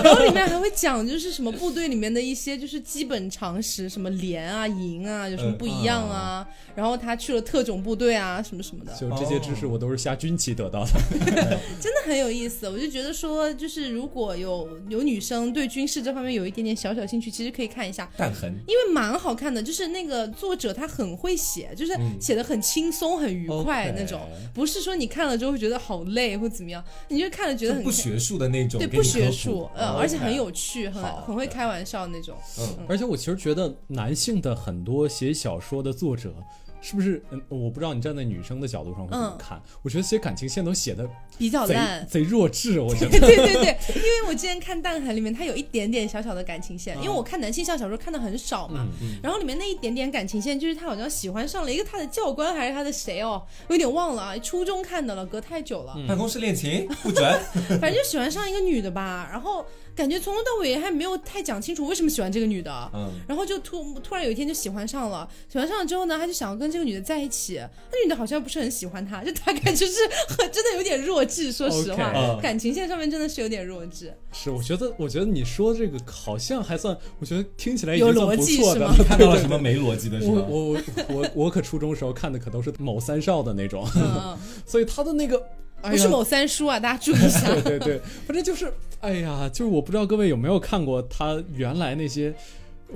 S3: 然后里面还会讲就是什么部队里面的一些就是基本常识，什么连啊、营啊有什么
S2: 嗯
S3: 不一样啊。然后他去了特种部队啊，什么什么的，
S1: 就这些知识，我都是瞎军棋得到的。
S3: 真的很有意思。我就觉得说，就是如果有有女生对军事这方面有一点点小小兴趣，其实可以看一下。
S2: 弹痕，
S3: 因为蛮好看的，就是那个作者他很会写，就是
S2: 嗯
S3: 写的很轻松、很愉快
S1: OK
S3: 那种，不是说你看了之后会觉得好累或怎么样，你就看了觉得
S2: 就
S3: 很
S2: 不学术的那种，
S3: 对
S2: 给
S3: 不
S2: 你科
S3: 学
S2: 普
S3: 术，呃，
S2: 哦
S3: 而且
S2: OK
S3: 很有趣，很
S1: 好
S3: 很会开玩笑那种。
S2: 嗯
S1: 而且我其实觉得男性的很多写小说的作者，是不是？嗯，我不知道你站在女生的角度上会怎么
S3: 嗯
S1: 看。我觉得写感情线都写的
S3: 比较
S1: 贼
S3: 烂。
S1: 贼弱智，我觉得。
S3: 对对对，因为我之前看《弹海》里面，它有一点点小小的感情线，因为
S2: 嗯
S3: 我看男性向小说看的很少嘛。然后里面那一点点感情线，就是他好像喜欢上了一个他的教官还是他的谁哦，我有点忘了啊，初中看的了，隔太久了。
S2: 办公室恋情不准，
S3: 反正就喜欢上一个女的吧，然后感觉从头到尾还没有太讲清楚为什么喜欢这个女的。
S2: 嗯，
S3: 然后就突突然有一天就喜欢上了，喜欢上了之后呢，他就想要跟这个女的在一起，那女的好像不是很喜欢他，就大概就是 很真的有点弱智，说实话
S2: 嗯
S1: OK
S3: 感情线上面真的是有点弱 智。
S1: 是，我觉得，我觉得你说这个好像还算，我觉得听起来已
S3: 有
S1: 经算
S3: 逻
S1: 不
S3: 辑
S1: 错
S3: 是
S1: 的
S3: 吗
S1: 了。
S2: 看到了什么没逻辑的是
S1: 我
S2: 吗？
S1: 我我我我可初中时候看的可都是某三少的那种，
S3: 嗯，
S1: 所以他的那个 哎呀
S3: 不是某三叔啊，大家注意一下。
S1: 对对对，反正就是，哎呀，就是我不知道各位有没有看过他原来那些，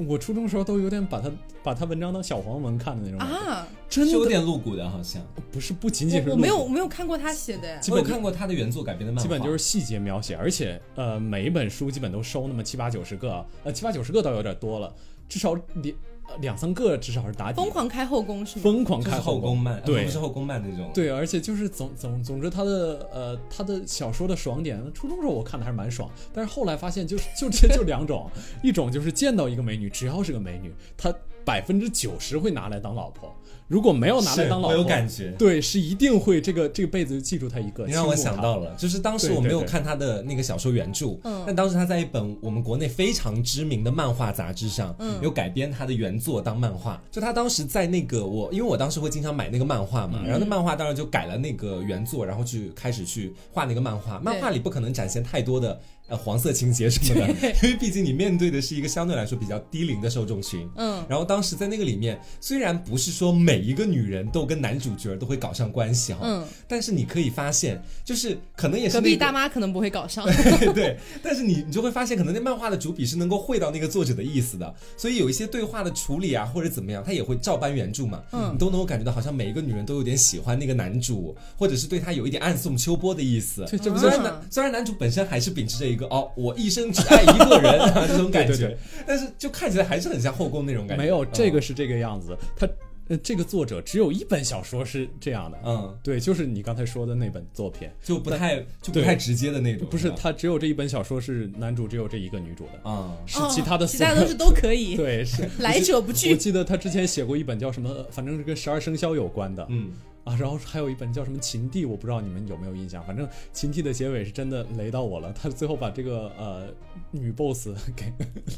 S1: 我初中时候都有点把他把他文章当小黄文看的那种感觉，
S3: 啊，
S1: 真
S2: 是有
S1: 的
S2: 点露骨的，好像。
S1: 不是不仅仅是
S3: 我我
S1: 露
S3: 没有
S1: 骨
S3: 我没有看过他写的，
S1: 基
S2: 我
S1: 本
S2: 有看过他的原作改编的漫画，
S1: 基本就是细节描写，而且呃，每一本书基本都收那么七八九十个，呃，七八九十个倒有点多了，至少两呃两三个至少是打底，
S3: 疯狂开后宫是吗？
S1: 疯狂
S2: 就是
S1: 开
S2: 后宫
S1: 宫
S2: 漫，
S1: 对
S2: 不是后宫漫那种。，
S1: 对，而且就是总总总之，他的呃，他的小说的爽点，初中时候我看的还是蛮爽，但是后来发现就就这就两种，一种就是见到一个美女，只要是个美女，他百分之九十会拿来当老婆，如果没有拿来
S2: 是
S1: 当老
S2: 我有
S1: 婆，
S2: 感觉。
S1: 对，是一定会这个这个辈子就记住他一个。
S2: 你让我
S1: 倾慕
S2: 想
S1: 他
S2: 到了，就是当时
S1: 对
S2: 我
S1: 对
S2: 没有
S1: 对
S2: 看他的那个小说原著，
S3: 嗯
S2: 但当时他在一本我们国内非常知名的漫画杂志上，
S3: 嗯
S2: 有改编他的原作当漫画。就他当时在那个我，因为我当时会经常买那个漫画
S3: 嗯
S2: 嘛，然后那漫画当然就改了那个原作，然后去开始去画那个漫画。漫画里不可能展现太多的。呃，黄色情节什么的， 因为毕竟你面对的是一个相对来说比较低龄的受众群，
S3: 嗯，
S2: 然后当时在那个里面，虽然不是说每一个女人都跟男主角都会搞上关系哈，
S3: 嗯
S2: 但是你可以发现，就是可能也是
S3: 隔
S2: 那
S3: 壁
S2: 个
S3: 大妈可能不会搞上，
S2: 对，但是你你就会发现，可能那漫画的主笔是能够会到那个作者的意思的，所以有一些对话的处理啊，或者怎么样，他也会照搬原著嘛，
S3: 嗯
S2: 你都能够感觉到，好像每一个女人都有点喜欢那个男主，或者是对他有一点暗送秋波的意思。
S1: 这这不
S3: 啊
S2: 虽
S1: 算
S2: 然
S1: 是
S2: 男虽然男主本身还是秉持着一个哦，我一生只爱一个人、啊、这种感觉，
S1: 对对对
S2: 但是就看起来还是很像后宫那种感觉。
S1: 没有
S2: 嗯
S1: 这个，是这个样子，他呃这个作者只有一本小说是这样的，
S2: 嗯，
S1: 对，就是你刚才说的那本作品，
S2: 就不太就不
S1: 对
S2: 太直接的那种，
S1: 不是
S2: 吧
S1: 他只有这一本小说是男主只有这一个女主的，
S2: 啊。
S1: 是
S3: 哦
S1: 其他的
S3: 其
S1: 所
S3: 他
S1: 有
S3: 的都是都可 以，
S1: 对 是。
S3: 来者不
S1: 我
S3: 拒。
S1: 记得他之前写过一本叫什么，呃反正是跟十二生肖有关的，
S2: 嗯，
S1: 啊，然后还有一本叫什么《秦帝》，我不知道你们有没有印象。反正《秦帝》的结尾是真的雷到我了，他最后把这个呃女 boss 给
S3: 哦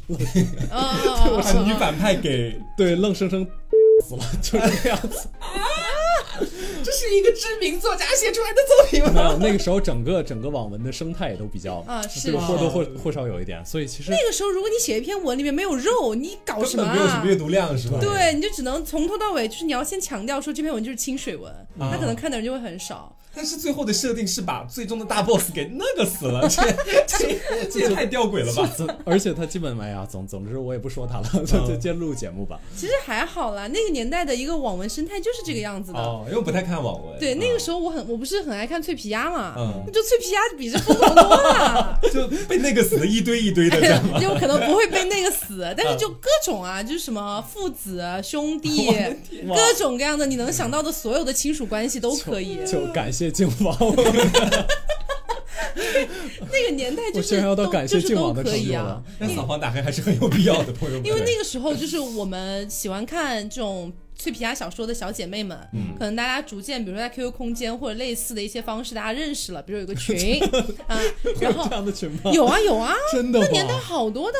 S3: 哦
S2: 把
S3: 哦
S2: 女反派给
S1: 对愣生 生死了，就是这样子。
S2: 这是一个知名作家写出来的作品
S1: 没有，那个时候整个整个网文的生态也都比较
S3: 啊是
S1: 对或多或
S2: 是
S1: 或少有一点，所以其实
S3: 嗯 那个时候，如果你写一篇文里面没有肉，你搞
S2: 根
S3: 什么
S2: 本没有什
S3: 啊
S2: 么？阅读量，是吧？
S3: 对，你就只能从头到尾，就是你要先强调说这篇文就是清水文，
S1: 啊
S3: 他可能看的人就会很少。
S2: 但是最后的设定是把最终的大 boss 给那个死了， 这这这也太吊诡了吧？
S1: 总而且他基本哎呀，总总之我也不说他 了，就
S2: 嗯
S1: 就接着录节目吧。
S3: 其实还好啦，那个年代的一个网文生态就是这个样子的。
S2: 哦，因为我不太看网文，
S3: 对，那个时候我很我不是很爱看脆皮鸭嘛，
S2: 嗯
S3: 那就脆皮鸭比这疯狂多了。
S2: 就被那个死的一堆一堆的，这 样
S3: 就可能不会被那个死，
S1: 嗯
S3: 但是就各种啊，就是什么父子、啊 兄弟，各种各样的你能想到的所有的亲属关系都可以。
S1: 就感谢净 网，
S3: 那个年代就
S1: 我
S3: 是
S1: 现在要到
S3: 都
S1: 感谢
S3: 就是
S1: 净
S3: 都
S1: 网的
S3: 可
S1: 程
S3: 以
S1: 度
S3: 啊
S1: 了。。
S2: 让扫黄打黑还是很有必要的，朋友们。
S3: 因为那个时候就是我们喜欢看这种脆皮鸭小说的小姐妹们，可能大家逐渐，比如说在 QQ 空间或者类似的一些方式，大家认识了，比如有一个群啊，然后
S1: 这样的群吗？
S3: 有啊有啊，
S1: 真的吗。
S3: 那？年代好多的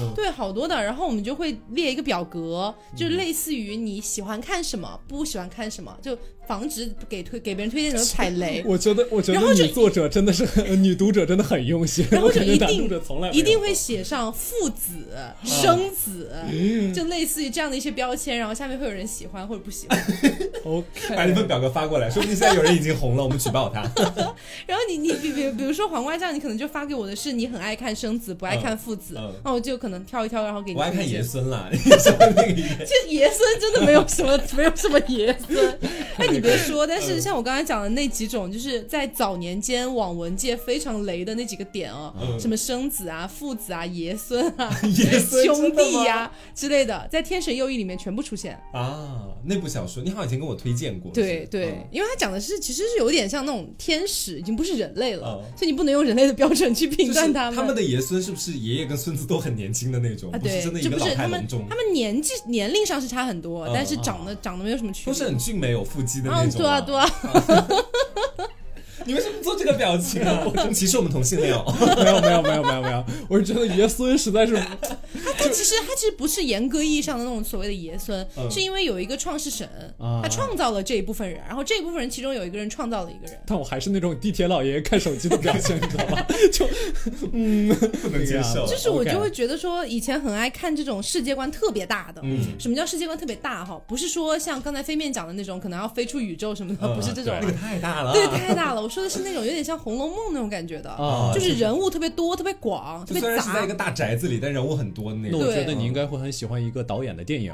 S2: 嗯，
S3: 对，好多的。然后我们就会列一个表格，就类似于你喜欢看什么，不喜欢看什么，就防止给推给别人推荐的时候踩雷
S1: 我觉得，我觉
S3: 然后
S1: 得
S3: 就
S1: 女作者真的是 很，女读者真的很用心。
S3: 然后
S1: 我
S3: 就
S1: 感觉
S3: 一
S1: 男
S3: 定
S1: 读者从来没有
S3: 一定会写上父子、生子，就类似于这样的一些标签，然后下面会有人喜欢或者不喜欢。
S2: 把
S1: OK，
S3: 哎
S2: 那份表格发过来，说不定现在有人已经红了，我们举报他。
S3: 然后你你比比比如说黄瓜酱，你可能就发给我的是你很爱看生子，不爱看父子，
S2: 嗯嗯
S3: 那我就可能挑一挑，然后给你
S2: 我爱看
S3: 推荐
S2: 爷孙啦，你说那个爷
S3: 这爷孙真的没有什么，没有什么爷 孙。哎，你别说，但
S2: 嗯
S3: 是像我刚才讲的那几种，就是在早年间网文界非常雷的那几个点哦，
S2: 嗯
S3: 什么生子啊、父子啊、爷孙 啊、
S2: 爷孙
S3: 兄弟呀、
S2: 呀
S3: 之类的，在《天神右翼》里面全部出现。
S2: 啊，那部小说你好像以前跟我推荐过，
S3: 对
S2: 是
S3: 对，因为他讲的是其实是有点像那种天使，已经不是人类了，
S2: 嗯
S3: 所以你不能用人类的标准去评
S2: 就是
S3: 断
S2: 他
S3: 们。
S2: 的爷孙是不是爷爷跟孙子都很年轻的那种，
S3: 啊，
S2: 不
S3: 对
S2: 是真的，一
S3: 这
S2: 个
S3: 不
S2: 老
S3: 是他
S2: 态龙
S3: 们，
S2: 钟
S3: 他，们年纪年龄上是差很多，
S2: 嗯
S3: 但是
S2: 嗯
S3: 长得长得没有什么区别。
S2: 都是很俊美有腹肌的
S3: 啊
S2: 那，种、
S3: 对啊 对啊，
S2: 你为什么做这个表 情啊？我歧视我们同性恋哦。
S1: 没有没有没有没有没有，我是觉得爷孙实 在是
S3: 但其实他其实不是严格意义上的那种所谓的爷孙，
S2: 嗯
S3: 是因为有一个创世神，
S1: 啊
S3: 他创造了这一部分人，然后这一部分人其中有一个人创造了一个人。
S1: 但我还是那种地铁老爷爷看手机的表情，你知道吧？ 就嗯，不
S2: 能 接受
S3: 就是我
S1: OK
S3: 就会觉得说，以前很爱看这种世界观特别大的。
S2: 嗯，
S3: 什么叫世界观特别大哈？不是说像刚才飞面讲的那种，可能要飞出宇宙什么的，不是这种
S2: 嗯。那个太大了。
S3: 对，太大了。我说的是那种有点像《红楼梦》那种感觉的，
S2: 哦
S1: 啊
S3: 就。是人物特别多、特别广、特别
S2: 就虽然是在
S3: 杂
S2: 一个。大宅子里，但人物很多的那
S1: 那
S2: 种。
S1: 我
S3: 对
S1: 觉得你应该会很喜欢一个导演的电影，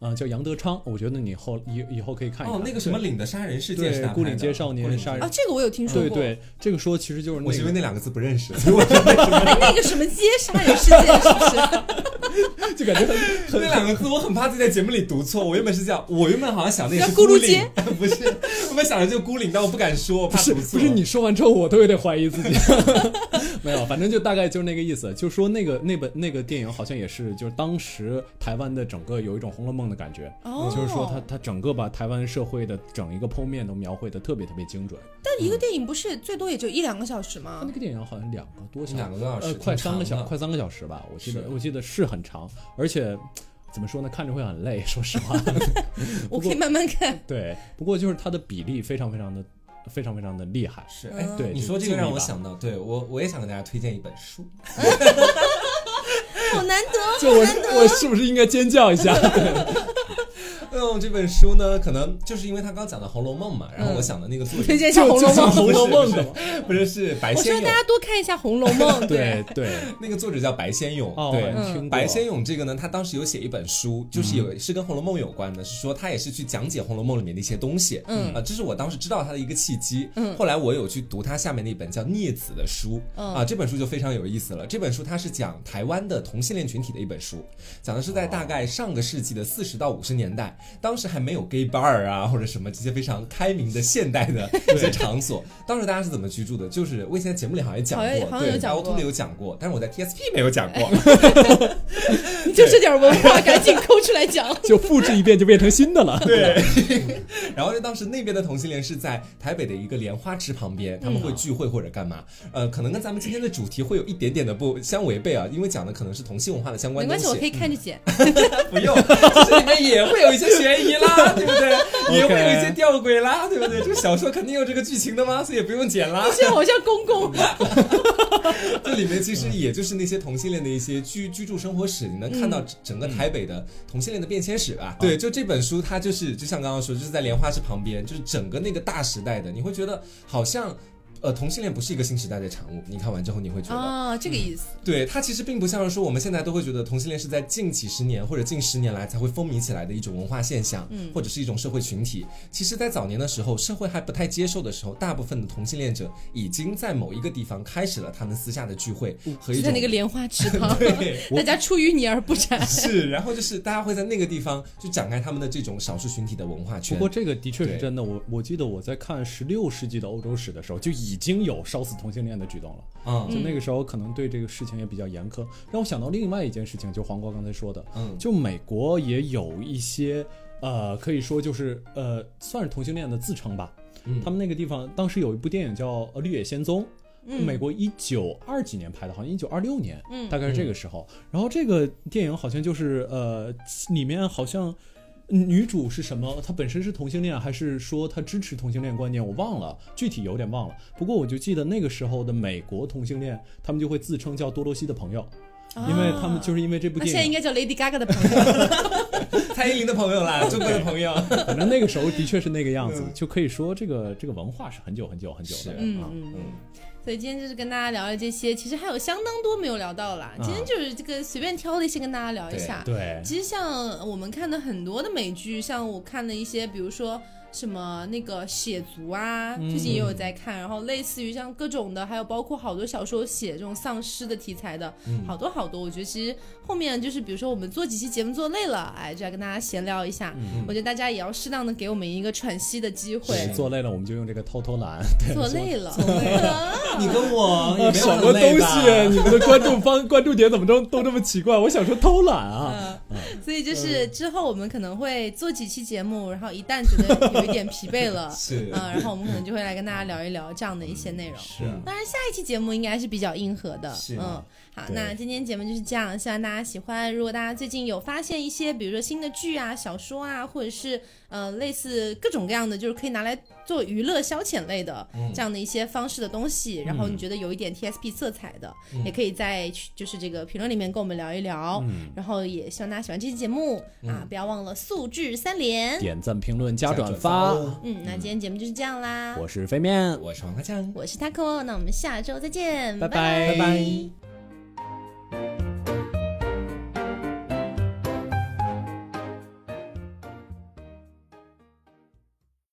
S1: 啊、叫杨德昌。我觉得你后以以后可以看一看。
S2: 哦，那个什么岭的杀人事件
S1: 对
S2: 是他拍的
S1: 牯岭街少年
S2: 牯岭街
S1: 杀人
S3: 啊，这个我有听说
S1: 对
S3: 过。
S1: 对，这个说其实就是
S2: 我是因
S1: 个
S2: 为 那两个字不认识，所以我就
S3: 哎，那个什么街杀人事件是不是？
S1: 就感觉很
S2: 那 两个字我很怕自己在节目里读错。我原本是叫，我原本好像想的也是
S3: 叫咕噜
S2: 岭
S3: 街，
S2: 不是，我本想着就孤岭，但我不敢说，我
S1: 不
S2: 怕
S1: 是
S2: 读
S1: 不
S2: 错。
S1: 是你说完之后，我都有点怀疑自己。 没有，反正就大概就是那个意思，就说那个那本那个电影好像也是，就是当时台湾的整个有一种《红楼梦》的感觉。
S3: 哦，
S1: 就是说他，他整个把台湾社会的整一个剖面都描绘的特别特别精准。
S3: 但一个电影不是最多也就一两个小时
S1: 他
S3: 吗
S1: 那？个电影好像两个多小时，
S2: 两个多小时
S1: 呃，
S2: 挺
S1: 快三个
S2: 长
S1: 小
S2: 的
S1: 快三个小时吧，我记得
S2: 是
S1: 我记得是很长，而且怎么说呢，看着会很累，说实话。
S3: 我可以慢慢看。
S1: 对，不过就是它的比例非常非常的非常非常的厉害。
S2: 是哎，
S1: 对
S2: 你
S1: 就
S2: 说这个
S1: 敬
S2: 让
S1: 礼
S2: 我
S1: 吧
S2: 想到，对我我也想给大家推荐一 本书，
S3: 好难得，
S1: 就我我是不是应该尖叫一下？
S2: 嗯，这本书呢，可能就是因为他刚讲的《红楼梦》嘛，然后我想的那个作者、》。
S3: 推荐一下《红 楼
S1: 就
S3: 梦
S1: 像《嗯红楼梦》
S2: 不是
S1: 的
S2: 不不是是白
S3: 我希
S2: 先
S3: 望大
S2: 勇，
S3: 家多看一下《红楼梦》。
S1: 啊 对对，
S2: 那个作者叫白先勇，
S1: 哦，
S2: 对。
S1: 我听过
S2: 嗯白先勇这个呢，他当时有写一本书，就是
S3: 嗯
S2: 有、是跟《红楼梦》有关的，是说他也是去讲解《红楼梦》里面的一些东西。嗯，啊、这是我当时知道他的一个契机。嗯，后来我有去读他下面的一本叫《孽子》的书。
S3: 嗯
S2: 啊、这本书就非常有意思了。这本书它是讲台湾的同性恋群体的一本书，讲的是在大概上个世纪的四十到五十年代，当时还没有 gay bar 啊或者什么这些非常开明的现代 的一些场所。当时大家是怎么居住的？就是我以前在节目里好像也讲
S3: 好
S2: 过，
S3: 像好像有
S2: 对，
S3: 讲
S2: 凹凸
S3: 过
S2: 里有讲过，但是我在 TSP 没有讲过。
S3: 你就这点文化，赶紧抠出 来讲。
S1: 就复制一遍就变成新的了。
S2: 对，然后就当时那边的同性恋是在台北的一个莲花池旁边，他们会聚会或者干嘛，呃，可能跟咱们今天的主题会有一点点的不相违背啊，因为讲的可能是同性文化的相
S3: 没
S2: 关东
S3: 关系，
S2: 西。
S3: 我可以看着剪。
S2: 不用，这里面也会有一些悬疑啦，对不对？也会有一 些吊诡啦，对不对？这个小说肯定有这个剧情的嘛，所以也不用剪啦。
S3: 现在好像 公公，
S2: 这里面其实也就是那些同性恋的一些居居住生活史，你能看到整个台北的同性恋的变迁史吧？对，就这本书，它就是就像刚刚说，就是在莲花池旁边，就是整个那个大时代的，你会觉得好像。呃，同性恋不是一个新时代的产物，你看完之后你会觉得，
S3: 啊，这个意思。
S2: 对它其实并不像是说我们现在都会觉得同性恋是在近几十年或者近十年来才会风靡起来的一种文化现象，
S1: 嗯
S2: 或者是一种社会群体。其实，在早年的时候，社会还不太接受的时候，大部分的同性恋者已经在某一个地方开始了他们私下的聚会
S1: 嗯
S2: 和一
S3: 就在
S2: 种
S3: 那 个莲花池旁，
S2: 对。
S3: 大家出淤泥而不染。
S2: 是，然后就是大家会在那个地方就展开他们的这种少数群体的文化
S1: 不
S2: 圈
S1: 过。这个的确是
S2: 对
S1: 真的，我我记得我在看十六世纪的欧洲史的时候，就已经有烧死同性恋的举动了。
S2: 嗯
S1: 就那个时候可能对这个事情也比较严苛，让我想到另外一件事情，就黄瓜刚才说的，
S2: 嗯，
S1: 就美国也有一些，呃，可以说就是呃，算是同性恋的自称吧。
S2: 嗯
S1: 他们那个地方当时有一部电影叫《呃绿野仙踪》，
S3: 嗯
S1: 美国一九二几年拍的，好像一九二六年，
S3: 嗯。
S1: 大概是这个时候。然后这个电影好像就是呃，里面好像。女主是什么？她本身是同性恋，还是说她支持同性恋观念？我忘了，具体有点忘了。不过我就记得那个时候的美国同性恋，他们就会自称叫多罗西的朋友，因为他们就是是因为这部
S3: 啊那
S1: 电
S3: 现
S1: 影。
S3: 在应该叫 Lady Gaga 的朋友，
S2: 蔡依林的朋友啦，中国的 朋友，
S1: 反正那个时候的确是那个样子
S2: 嗯，
S1: 就可以说这个这个文化是很久很久很久的
S2: 是
S1: 啊。
S3: 嗯嗯
S2: 嗯。
S3: 所以今天就是跟大家聊了这些，其实还有相当多没有聊到啦。今天就是这个随便挑了一些跟大家聊一下。
S1: 对，
S3: 其实像我们看的很多的美剧，像我看的一些，比如说什么那个《血族》啊，最近也有在看。然后类似于像各种的，还有包括好多小说写这种丧尸的题材的，好多好多。我觉得其实后面就是比如说我们做几期节目做累了，哎，就来跟大家闲聊一下。我觉得大家也要适当的给我们一个喘息的机会。
S1: 是做累了我们就用这个偷偷懒，
S3: 做累了，
S2: 你跟我 也没有
S1: 什
S2: 很
S1: 么
S2: 累
S1: 东
S2: 吧，
S1: 西？啊你们的关注方关注点怎么都都这么奇怪？我想说偷懒啊，
S3: 嗯，所以就是之后我们可能会做几期节目，然后一旦觉得有一点疲惫了
S2: 是
S3: 嗯，然后我们可能就会来跟大家聊一聊这样的一些内容。
S2: 是啊
S3: 当然，下一期节目应该是比较硬核的，
S2: 是
S3: 嗯，
S2: 啊
S3: 好，
S1: 对
S3: 那今天节目就是这样，希望大家喜欢。如果大家最近有发现一些，比如说新的剧啊、小说啊，或者是呃类似各种各样的，就是可以拿来做娱乐消遣类的、
S2: 嗯
S3: 这样的一些方式的东西，然后
S1: 嗯
S3: 你觉得有一点 TSP 色彩的，也可以在去就是这个评论里面跟我们聊一聊。
S1: 嗯
S3: 然后也希望大家喜欢这期节目、啊，不要忘了素质三连。
S1: 点赞、评论、加转
S2: 加
S1: 发。
S2: 转
S3: 嗯，那今天节目就是这样啦。
S1: 我是飞面，
S2: 哦我是王大江，
S3: 我是 Taco，那我们下周再见，
S1: 拜
S3: 拜
S1: 拜拜拜